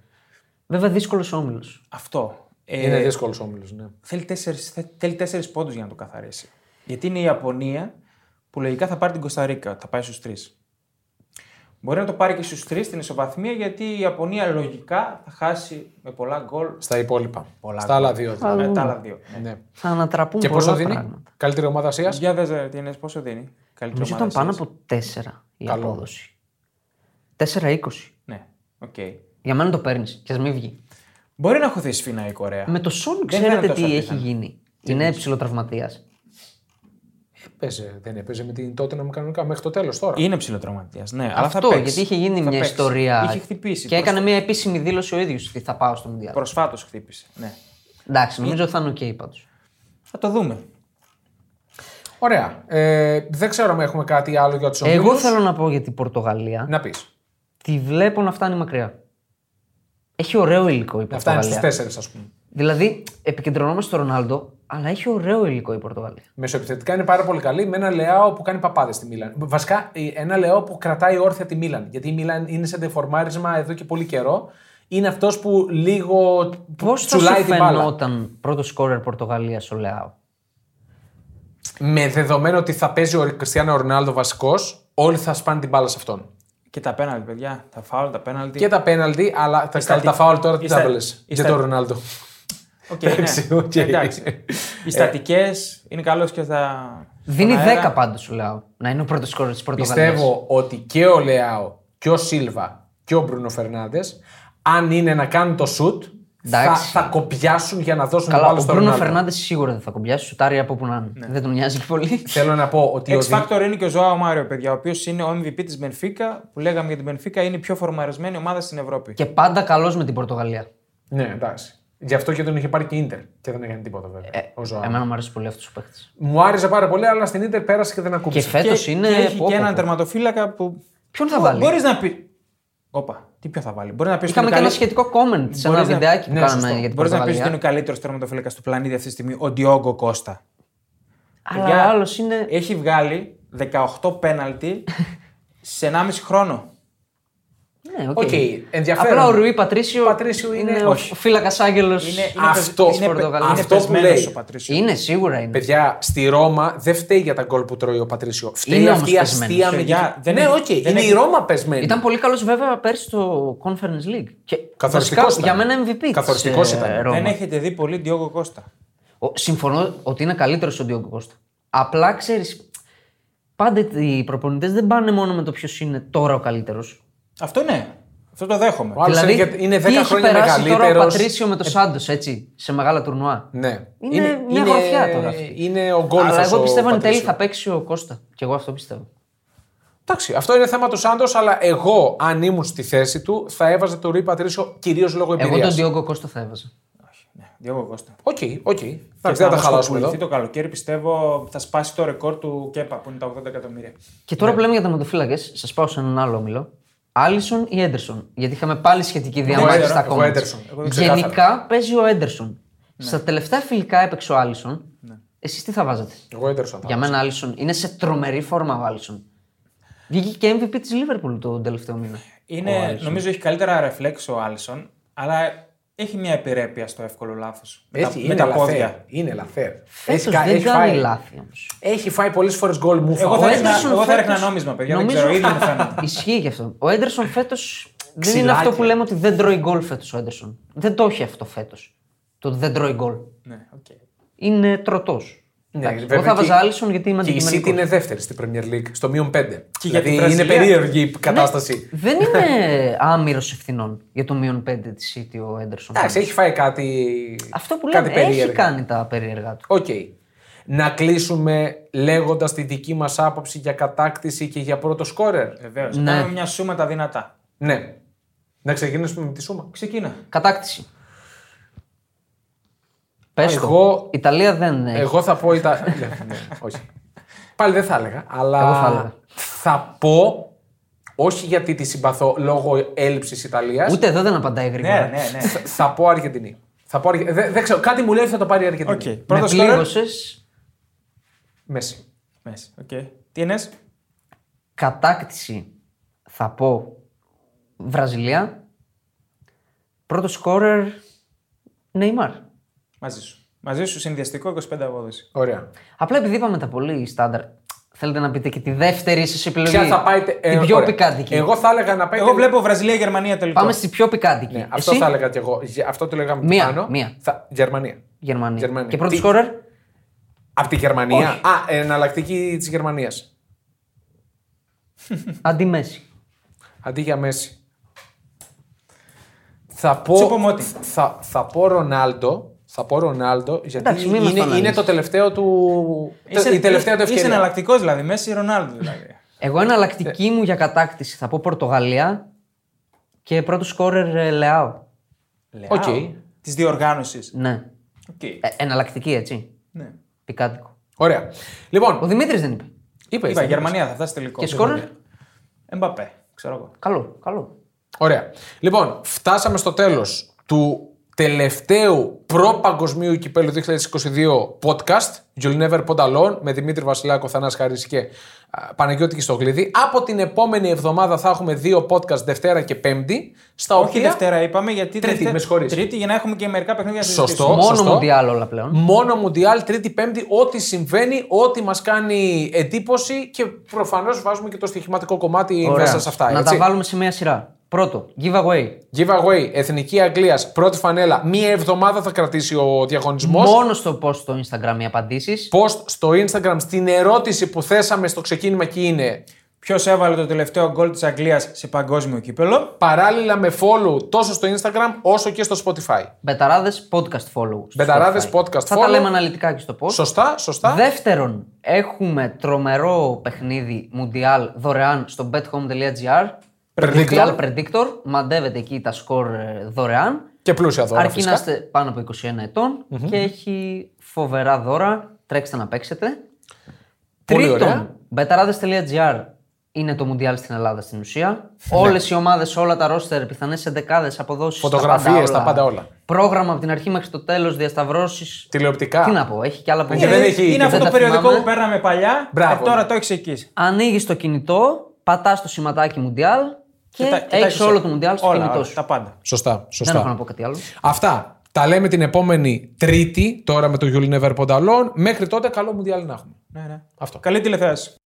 Speaker 3: Βέβαια δύσκολος όμιλος.
Speaker 2: Αυτό. Ε,
Speaker 1: Είναι δύσκολος όμιλος. Ναι.
Speaker 2: θέλει τέσσερις, θε- θέλει τέσσερις πόντους για να το καθαρίσει. Γιατί είναι η Ιαπωνία που λογικά θα πάρει την Κωνσταντίνα, θα πάει στους τρεις. Μπορεί να το πάρει και στους τρεις στην ισοβαθμία γιατί η Ιαπωνία λογικά θα χάσει με πολλά γκολ
Speaker 1: Στα υπόλοιπα.
Speaker 2: Πολλά
Speaker 1: Στα άλλα δύο. δηλαδή.
Speaker 2: με τα άλλα δύο. Ναι.
Speaker 1: Ναι.
Speaker 3: Θα ανατραπούν
Speaker 1: Και
Speaker 3: πολλά
Speaker 1: πόσο δίνει,
Speaker 3: πράγματα.
Speaker 1: καλύτερη ομάδα Ασίας.
Speaker 2: Για δες ρε, τι είναι, πόσο δίνει. Καλύτερη
Speaker 3: Νομίζω
Speaker 2: ομάδα
Speaker 3: ήταν πάνω
Speaker 2: εσείς.
Speaker 3: από 4 η
Speaker 1: Καλό.
Speaker 3: απόδοση. 4-20.
Speaker 2: Ναι, οκ.
Speaker 3: Για μένα το παίρνεις και ας μην βγει.
Speaker 2: Μπορεί να χωθεί σφίνα η Κορέα.
Speaker 3: Με το Σον
Speaker 2: Δεν φαίνεται
Speaker 3: ξέρετε
Speaker 2: τόσο
Speaker 3: τι έχει
Speaker 2: απίθανο.
Speaker 3: γίνει. Είναι ψηλοτραυματία.
Speaker 1: Παίζε, δεν έπαιζε με την τότε να μου κανονικά μέχρι το τέλος τώρα.
Speaker 2: Είναι ψηλοτραυματία. Ναι, αλλά θα
Speaker 3: Αυτό
Speaker 2: παίξει.
Speaker 3: γιατί είχε γίνει
Speaker 2: Θα
Speaker 3: μια
Speaker 2: παίξει.
Speaker 3: ιστορία.
Speaker 2: Είχε χτυπήσει.
Speaker 3: Και έκανε μια επίσημη δήλωση ο ίδιος ότι θα πάω στο Μουντιάλ.
Speaker 2: Προσφάτως χτύπησε. Ναι.
Speaker 3: Εντάξει, νομίζω θα είναι οκ okay, πάντως.
Speaker 2: Θα το δούμε.
Speaker 1: Ωραία. Ε, δεν ξέρω αν έχουμε κάτι άλλο για τους ομίλου.
Speaker 3: Εγώ θέλω να πω για την Πορτογαλία.
Speaker 1: Να πεις.
Speaker 3: Τη βλέπω να φτάνει μακριά. Έχει ωραίο υλικό η
Speaker 1: Να φτάνει
Speaker 3: Πορτογαλία.
Speaker 1: στις 4, ας πούμε.
Speaker 3: Δηλαδή, επικεντρωνόμαστε στο Ρονάλντο, αλλά έχει ωραίο υλικό η Πορτογαλία.
Speaker 1: Μεσοεπιθετικά είναι πάρα πολύ καλή με ένα Λεάο που κάνει παπάδες στη Μίλαν. Βασικά, ε, ένα Λεάο που κρατάει όρθια τη Μίλαν. Γιατί η Μίλαν είναι σε ντεφορμάρισμα εδώ και πολύ καιρό. Είναι αυτός που λίγο
Speaker 3: Πώς θα σου
Speaker 1: τσουλάει την μπάλα.
Speaker 3: φαινόταν πρώτος σκόρερ Πορτογαλίας ο Λεάο.
Speaker 1: Με δεδομένο ότι θα παίζει ο Κριστιανό Ρονάλδο βασικός, όλοι θα σπάνε την μπάλα σε αυτόν.
Speaker 2: Και τα πέναλτι, παιδιά. Τα φάουλ, τα πέναλτι.
Speaker 1: Και τα πέναλτι, αλλά τα, τα,
Speaker 2: στατι-
Speaker 1: τα φάουλ τώρα
Speaker 2: η
Speaker 1: τι
Speaker 2: στα-
Speaker 1: τα έβαλε.
Speaker 2: η
Speaker 1: Για
Speaker 2: στα-
Speaker 1: τον Ρονάλντο.
Speaker 2: Οκ,
Speaker 1: Εντάξει,
Speaker 2: ναι.
Speaker 1: οκ.
Speaker 2: Εντάξει. Οι στατικές είναι καλός και στα.
Speaker 3: Ε, Δίνει
Speaker 2: στον αέρα.
Speaker 3: 10 πάντως ο Λεάο να είναι ο πρώτος σκόρερ της Πορτογαλίας.
Speaker 1: Πιστεύω ότι και ο Λεάο και ο Σίλβα και ο Μπρουνο Φερνάντες, αν είναι να κάνουν το σουτ, θα,
Speaker 3: Εντάξει.
Speaker 1: θα κοπιάσουν για να δώσουν
Speaker 3: Καλά,
Speaker 1: μπάλα
Speaker 3: ο
Speaker 1: στο
Speaker 3: Μπρούνο
Speaker 1: Ρονάλντο.
Speaker 3: Φερνάντες σίγουρα δεν θα κομπιάσει. Σουτάρει από που να είναι.
Speaker 2: Ναι.
Speaker 3: Δεν τον νοιάζει και πολύ.
Speaker 1: Θέλω να πω ότι. ο
Speaker 2: X
Speaker 1: Δη-
Speaker 3: δηλαδή.
Speaker 2: Factor είναι και ο Ζωάο Μάριο, παιδιά, ο οποίος είναι ο MVP της Μπενφίκα, που λέγαμε για την Μπενφίκα, είναι η πιο φορμαρισμένη ομάδα στην Ευρώπη.
Speaker 3: και πάντα καλός με την Πορτογαλία.
Speaker 1: Ναι, εντάξει. Γι' αυτό και τον είχε πάρει και η Ιντερ και δεν έκανε τίποτα βέβαια.
Speaker 3: Ε,
Speaker 1: ο Ζωάο.
Speaker 3: Εμένα μου αρέσει πολύ αυτός ο παίχτης.
Speaker 1: Μου άρεσε πάρα πολύ, αλλά στην Ιντερ πέρασε και δεν
Speaker 3: Και
Speaker 1: ακούμπησε.
Speaker 3: φέτος
Speaker 2: και,
Speaker 3: είναι.
Speaker 2: και έχει
Speaker 3: πω, πω,
Speaker 2: και έναν
Speaker 3: πω.
Speaker 2: τερματοφύλακα που.
Speaker 3: Ποιον θα βάλει.
Speaker 2: Μπορείς να πει. Όπα, τι πιο θα βάλει. Μπορεί να πεις
Speaker 3: Είχαμε και ένα σχετικό ε. comment σε ένα
Speaker 2: Μπορείς να-
Speaker 3: βιντεάκι που
Speaker 1: ναι,
Speaker 3: κάναμε
Speaker 1: σωστό.
Speaker 3: για την
Speaker 2: Μπορείς να πεις ότι
Speaker 3: Πορτογαλία.
Speaker 2: είναι ο καλύτερος τερματοφύλακας του πλανήτη αυτή τη στιγμή, ο Ντιόγκο Κώστα.
Speaker 3: Αλλά
Speaker 2: Παιδιά,
Speaker 3: ο άλλος είναι.
Speaker 2: Έχει βγάλει 18 πέναλτι σε 1,5 χρόνο.
Speaker 3: Ναι, οκ.
Speaker 1: Οκ, ενδιαφέρον.
Speaker 3: Απλά ο Ρουί Πατρίσιο,
Speaker 1: Πατρίσιο είναι-
Speaker 3: ο
Speaker 1: όχι.
Speaker 3: φύλακας άγγελος.
Speaker 1: Αυτό.
Speaker 2: Είναι,
Speaker 1: Είναι
Speaker 2: είναι,
Speaker 1: αυτό που
Speaker 2: πεσμένος
Speaker 1: λέει.
Speaker 2: ο Πατρίσιο.
Speaker 3: Είναι, σίγουρα είναι.
Speaker 1: Παιδιά, στη Ρώμα δεν φταίει για τα γκολ που τρώει ο Πατρίσιο. Φταίει
Speaker 3: Είναι
Speaker 1: αυτή η
Speaker 3: όμως πεσμένος.
Speaker 1: αστεία
Speaker 2: Παιδιά,
Speaker 1: αμυντική.
Speaker 2: δεν
Speaker 1: Ναι,
Speaker 2: έχει-
Speaker 1: οκ,
Speaker 2: δεν
Speaker 1: είναι
Speaker 2: έχει-
Speaker 1: η Ρώμα πεσμένη.
Speaker 3: Ήταν πολύ καλός βέβαια πέρσι στο Conference League. Και
Speaker 1: Καθοριστικός
Speaker 3: βασικά,
Speaker 1: ήταν.
Speaker 3: για μένα MVP.
Speaker 1: Καθοριστικός
Speaker 3: της, ε,
Speaker 1: ήταν.
Speaker 3: Ρώμα.
Speaker 2: Δεν έχετε δει πολύ Διόγκο Κώστα.
Speaker 3: Ο- Συμφωνώ ότι είναι καλύτερος ο Ντιόγκο Κώστα. Απλά ξέρεις, πάντα οι προπονητές δεν πάνε μόνο με το ποιος είναι τώρα ο καλύτερος.
Speaker 2: Αυτό ναι. Αυτό το δέχομαι.
Speaker 1: Ο άλλος είναι, για- είναι 10
Speaker 3: Δηλαδή, τι έχει
Speaker 1: χρόνια
Speaker 3: περάσει τώρα ο
Speaker 1: μεγαλύτερος.
Speaker 3: Πατρίσιο με το Σάντος, έτσι, σε μεγάλα τουρνουά.
Speaker 1: Ναι.
Speaker 3: Είναι μια γροθιά τώρα αυτή.
Speaker 1: Είναι ο γκολ
Speaker 3: Αλλά εγώ πιστεύω εν τέλει θα παίξει ο Κώστα. Και εγώ αυτό πιστεύω.
Speaker 1: Εντάξει, αυτό είναι θέμα του Σάντος, αλλά εγώ, αν ήμουν στη θέση του, θα έβαζα το Ρουί Πατρίσιο κυρίως λόγω
Speaker 3: Εγώ τον
Speaker 1: εμπειρίας.
Speaker 3: Ντιόγκο Κώστα θα έβαζα.
Speaker 2: Ναι, Διόγκο Κώστα.
Speaker 1: Οκ, οκ. Εντάξει, δεν τα
Speaker 2: άμα
Speaker 1: χαλάσουμε εδώ.
Speaker 2: σκοπουληθεί το καλοκαίρι πιστεύω θα σπάσει το ρεκόρ του Κέπα που είναι τα 80 εκατομμύρια.
Speaker 3: Και
Speaker 1: Ναι.
Speaker 3: τώρα που λέμε για τα μοντοφύλακες, σας πάω σε έναν άλλο όμιλο. Άλισον ή Έντερσον. Γιατί είχαμε πάλι σχετική διαμάχη
Speaker 1: Έντερσον,
Speaker 3: στα
Speaker 1: εγώ
Speaker 3: κόμματα.
Speaker 1: Έντερσον. Εγώ δεν ξεκάθαρα. Ναι.
Speaker 3: Γενικά παίζει ο Έντερσον. Στα τελευταία φιλικά έπαιξε ο Άλισον. Εσείς τι θα βάζατε.
Speaker 1: Εγώ έντερσον.
Speaker 3: Για μένα Άλισον είναι σε τρομερή φόρμα ο Άλισον. Βγήκε και MVP της Λίβερπουλ τον τελευταίο μήνα.
Speaker 2: Είναι, νομίζω έχει καλύτερα ρεφλέξ ο Άλισον, αλλά έχει μια επιρρέπεια στο εύκολο λάθος. Με, τα-
Speaker 1: Έχει,
Speaker 2: με
Speaker 1: είναι
Speaker 2: τα
Speaker 1: λαθέρ.
Speaker 2: πόδια.
Speaker 1: Είναι λαθέρ.
Speaker 3: Φέτο
Speaker 1: κα-
Speaker 3: δεν κάνει
Speaker 1: φάει-
Speaker 3: λάθη όμως.
Speaker 1: Έχει φάει πολλές φορές γκολ μου.
Speaker 2: Εγώ θα
Speaker 1: φαγόντας.
Speaker 2: έκανα- εγώ θα έρχνα νόμισμα, παιδιά, δεν ξέρω, ήδη μου φαίνεται.
Speaker 3: Ισχύει γι' αυτό. Ο Έντερσον φέτος δεν είναι
Speaker 1: Ξυλάκια.
Speaker 3: αυτό που λέμε ότι δεν τρώει γκολ φέτος ο Έντερσον. Δεν το έχει αυτό φέτος. Το ότι δεν τρώει γκολ.
Speaker 2: Ναι, οκ.
Speaker 3: είναι τρωτό.
Speaker 1: Ναι,
Speaker 3: εγώ
Speaker 1: βέβαια
Speaker 3: θα
Speaker 1: και-
Speaker 3: βάζα Άλισον γιατί είμαι
Speaker 1: Και η City
Speaker 3: αντικειμενικός.
Speaker 1: είναι δεύτερη στην Premier League, στο μείον 5.
Speaker 2: Και για
Speaker 1: δηλαδή
Speaker 2: την
Speaker 1: είναι
Speaker 2: Βραζιλία.
Speaker 1: περίεργη
Speaker 3: Ναι.
Speaker 1: η κατάσταση.
Speaker 3: Δεν είναι άμυρος ευθυνών για το μείον 5 της City ο Έντερσον.
Speaker 1: Εντάξει, έχει φάει κάτι.
Speaker 3: Αυτό που
Speaker 1: κάτι
Speaker 3: λέμε έχει
Speaker 1: περίεργο.
Speaker 3: κάνει τα περίεργα του.
Speaker 1: Οκ. Να κλείσουμε λέγοντας τη δική μας άποψη για κατάκτηση και για πρώτο σκόρερ.
Speaker 2: Βεβαίως.
Speaker 3: Ναι.
Speaker 2: Κάνουμε μια σούμα τα δυνατά.
Speaker 1: Ναι. Να ξεκινήσουμε με τη
Speaker 3: Ναι.
Speaker 1: σούμα.
Speaker 2: Ξεκίνα.
Speaker 3: Κατάκτηση. Πες
Speaker 1: Εγώ-
Speaker 3: το. Ιταλία δεν έχει.
Speaker 1: Εγώ θα πω. Ιτα... ναι, ναι, όχι. Πάλι δεν θα έλεγα, αλλά
Speaker 3: Εγώ θα έλεγα.
Speaker 1: θα πω. Όχι γιατί τη συμπαθώ λόγω έλλειψης Ιταλίας.
Speaker 3: Ούτε εδώ δεν απαντάει
Speaker 2: Ναι,
Speaker 3: γρήγορα.
Speaker 2: ναι, ναι.
Speaker 1: Θα πω Αργεντινή. Θα πω Αργε- δεν, δεν ξέρω, κάτι μου λέει ότι θα το πάρει η Αργεντινή.
Speaker 2: Οκ.
Speaker 3: Με
Speaker 2: Πρώτο σκόρερ.
Speaker 3: πλήγωσες.
Speaker 1: Μέση.
Speaker 2: Μέση, οκ. Τι είναι.
Speaker 3: Κατάκτηση θα πω Βραζιλία. Πρώτο σκόρερ Νεϊμάρ.
Speaker 2: Μαζί σου. Μαζί σου συνδυαστικό 25 απόδοση.
Speaker 1: Ωραία.
Speaker 3: Απλά επειδή είπαμε τα πολύ στάνταρ, θέλετε να πείτε και τη δεύτερη σας επιλογή.
Speaker 1: Ποια θα πάει. τε- ε,
Speaker 3: Δηλαδή, την πιο
Speaker 1: ωραία.
Speaker 3: πικάντικη.
Speaker 1: Εγώ θα έλεγα να πάει.
Speaker 2: Εγώ
Speaker 1: τελ-
Speaker 2: βλέπω Βραζιλία-Γερμανία τελικό.
Speaker 3: Πάμε στη πιο πικάντικη.
Speaker 1: Ναι, αυτό
Speaker 3: Εσύ,
Speaker 1: θα έλεγα κι εγώ. Γε- Αυτό το λέγαμε
Speaker 3: Μία,
Speaker 1: πάνω.
Speaker 3: μία.
Speaker 1: Θα... Γερμανία.
Speaker 3: Γερμανία.
Speaker 1: Γερμανία.
Speaker 3: Και πρώτο
Speaker 1: Τι-
Speaker 3: σκόρερ,
Speaker 1: Από τη Γερμανία.
Speaker 3: Όχι.
Speaker 1: Α, εναλλακτική της Γερμανίας.
Speaker 3: αντί Μέση.
Speaker 1: Αντί για Μέση. Θα πω,
Speaker 2: Τσίπο Μότι.
Speaker 1: θα, θα πω Ρονάλντο. Θα πω Ρονάλντο γιατί
Speaker 3: Εντάξει, μην μας το
Speaker 1: είναι, είναι
Speaker 3: αναλύσεις.
Speaker 1: το τελευταίο του. η τελευταία του
Speaker 2: Είσαι
Speaker 1: ευκαιρία.
Speaker 2: εναλλακτικός δηλαδή. Μέση Ρονάλντο δηλαδή.
Speaker 3: Εγώ
Speaker 1: Ε.
Speaker 3: εναλλακτική μου για κατάκτηση θα πω Πορτογαλία και πρώτο σκόρερ ε, Λεάο.
Speaker 1: Οκ.
Speaker 2: Της διοργάνωσης.
Speaker 3: Ναι.
Speaker 2: Οκ.
Speaker 3: Ε, εναλλακτική έτσι.
Speaker 2: Ναι.
Speaker 3: Πικάντικο.
Speaker 1: Ωραία.
Speaker 3: Ο
Speaker 1: Λοιπόν,
Speaker 3: Δημήτρης δεν είπε.
Speaker 1: είπα,
Speaker 2: Είπα, η Γερμανία θα φτάσει τελικό.
Speaker 3: Και σκόρερ.
Speaker 2: Εμπαπέ, ξέρω εγώ.
Speaker 3: Καλό, καλό.
Speaker 1: Ωραία. Λοιπόν, φτάσαμε στο τέλος του τελευταίου προπαγκοσμίου κυπέλου 2022 podcast You'll Never Pod Alone με Δημήτρη Βασιλάκο, Θανάση Χαρίση και α, Παναγιώτη Κιστογλίδη. Από την επόμενη εβδομάδα θα έχουμε δύο podcast Δευτέρα και Πέμπτη στα
Speaker 2: Όχι
Speaker 1: οποία
Speaker 2: Δευτέρα είπαμε γιατί.
Speaker 1: Τρίτη,
Speaker 2: Δευτέρα-
Speaker 1: με συγχωρείς.
Speaker 2: Τρίτη για να έχουμε και μερικά παιχνίδια να
Speaker 1: Σωστό.
Speaker 2: συζητήσουμε.
Speaker 1: Ω,
Speaker 3: Μόνο
Speaker 1: σωστό.
Speaker 3: Μουντιάλ όλα πλέον.
Speaker 1: μόνο Μουντιάλ, Τρίτη, Πέμπτη, ό,τι συμβαίνει, ό,τι μας κάνει εντύπωση και προφανώς βάζουμε και το στοιχηματικό κομμάτι μέσα σε αυτά.
Speaker 3: να
Speaker 1: έτσι.
Speaker 3: τα βάλουμε σε μία σειρά. Πρώτο, giveaway.
Speaker 1: Giveaway, Εθνική Αγγλίας, πρώτη φανέλα, μία εβδομάδα θα κρατήσει ο διαγωνισμός.
Speaker 3: Μόνος στο post στο Instagram οι απαντήσεις.
Speaker 1: post στο Instagram στην ερώτηση που θέσαμε στο ξεκίνημα και είναι
Speaker 2: Ποιος έβαλε το τελευταίο γκολ της Αγγλίας σε παγκόσμιο κύπελο.
Speaker 1: παράλληλα με follow τόσο στο Instagram όσο και στο Spotify.
Speaker 3: Μπεταράδες podcast follow. στο
Speaker 1: Μπεταράδες
Speaker 3: Spotify.
Speaker 1: podcast
Speaker 3: Θα
Speaker 1: follow.
Speaker 3: τα λέμε αναλυτικά και στο post.
Speaker 1: Σωστά, σωστά.
Speaker 3: Δεύτερον, έχουμε τρομερό παιχνίδι Μουντιάλ δωρεάν στο bethome.gr.
Speaker 1: Predictor.
Speaker 3: Mundial Predictor. Μαντεύετε εκεί τα σκορ ε, δωρεάν.
Speaker 1: Και πλούσια δώρα
Speaker 3: Αρκεί να
Speaker 1: φυσικά.
Speaker 3: είστε πάνω από 21 ετων και έχει φοβερά δώρα. Τρέξτε να παίξετε.
Speaker 1: Πολύ ωραία.
Speaker 3: Τρίτον, betarades.gr είναι το Μουντιάλ στην Ελλάδα στην ουσία.
Speaker 1: Ναι.
Speaker 3: Όλες οι ομάδες, όλα τα ρόστερ, πιθανές εντεκάδες, αποδόσεις.
Speaker 1: Φωτογραφίες, τα πάντα όλα.
Speaker 3: Πρόγραμμα από την αρχή μέχρι το τέλος, διασταυρώσεις.
Speaker 1: Τηλεοπτικά.
Speaker 3: Τι να πω, έχει και άλλα που
Speaker 1: Ε, Και Ναι, δεν έχει-
Speaker 2: είναι
Speaker 1: δεν
Speaker 2: αυτό
Speaker 3: τα
Speaker 2: το περιοδικό
Speaker 3: θυμάμαι.
Speaker 2: που παίρναμε παλιά.
Speaker 1: Μπράβο.
Speaker 2: ε, τώρα το έχεις εκεί.
Speaker 3: Ανοίγεις το κινητό, πατάς το σηματάκι Μουντιάλ Και, έχει όλο το Μουντιάλ στο
Speaker 2: όλα,
Speaker 3: κινητό
Speaker 2: όλα,
Speaker 3: σου.
Speaker 2: Τα πάντα.
Speaker 1: Σωστά,
Speaker 3: Δεν έχω να
Speaker 1: σωστά.
Speaker 3: πω κάτι άλλο.
Speaker 1: Αυτά. Τα λέμε την επόμενη Τρίτη, τώρα με το You'll Never Pond Alone. Μέχρι τότε, καλό μου διάλειμμα να έχουμε.
Speaker 2: Ναι, ναι.
Speaker 1: Αυτό.
Speaker 2: Καλή τηλεθέαση.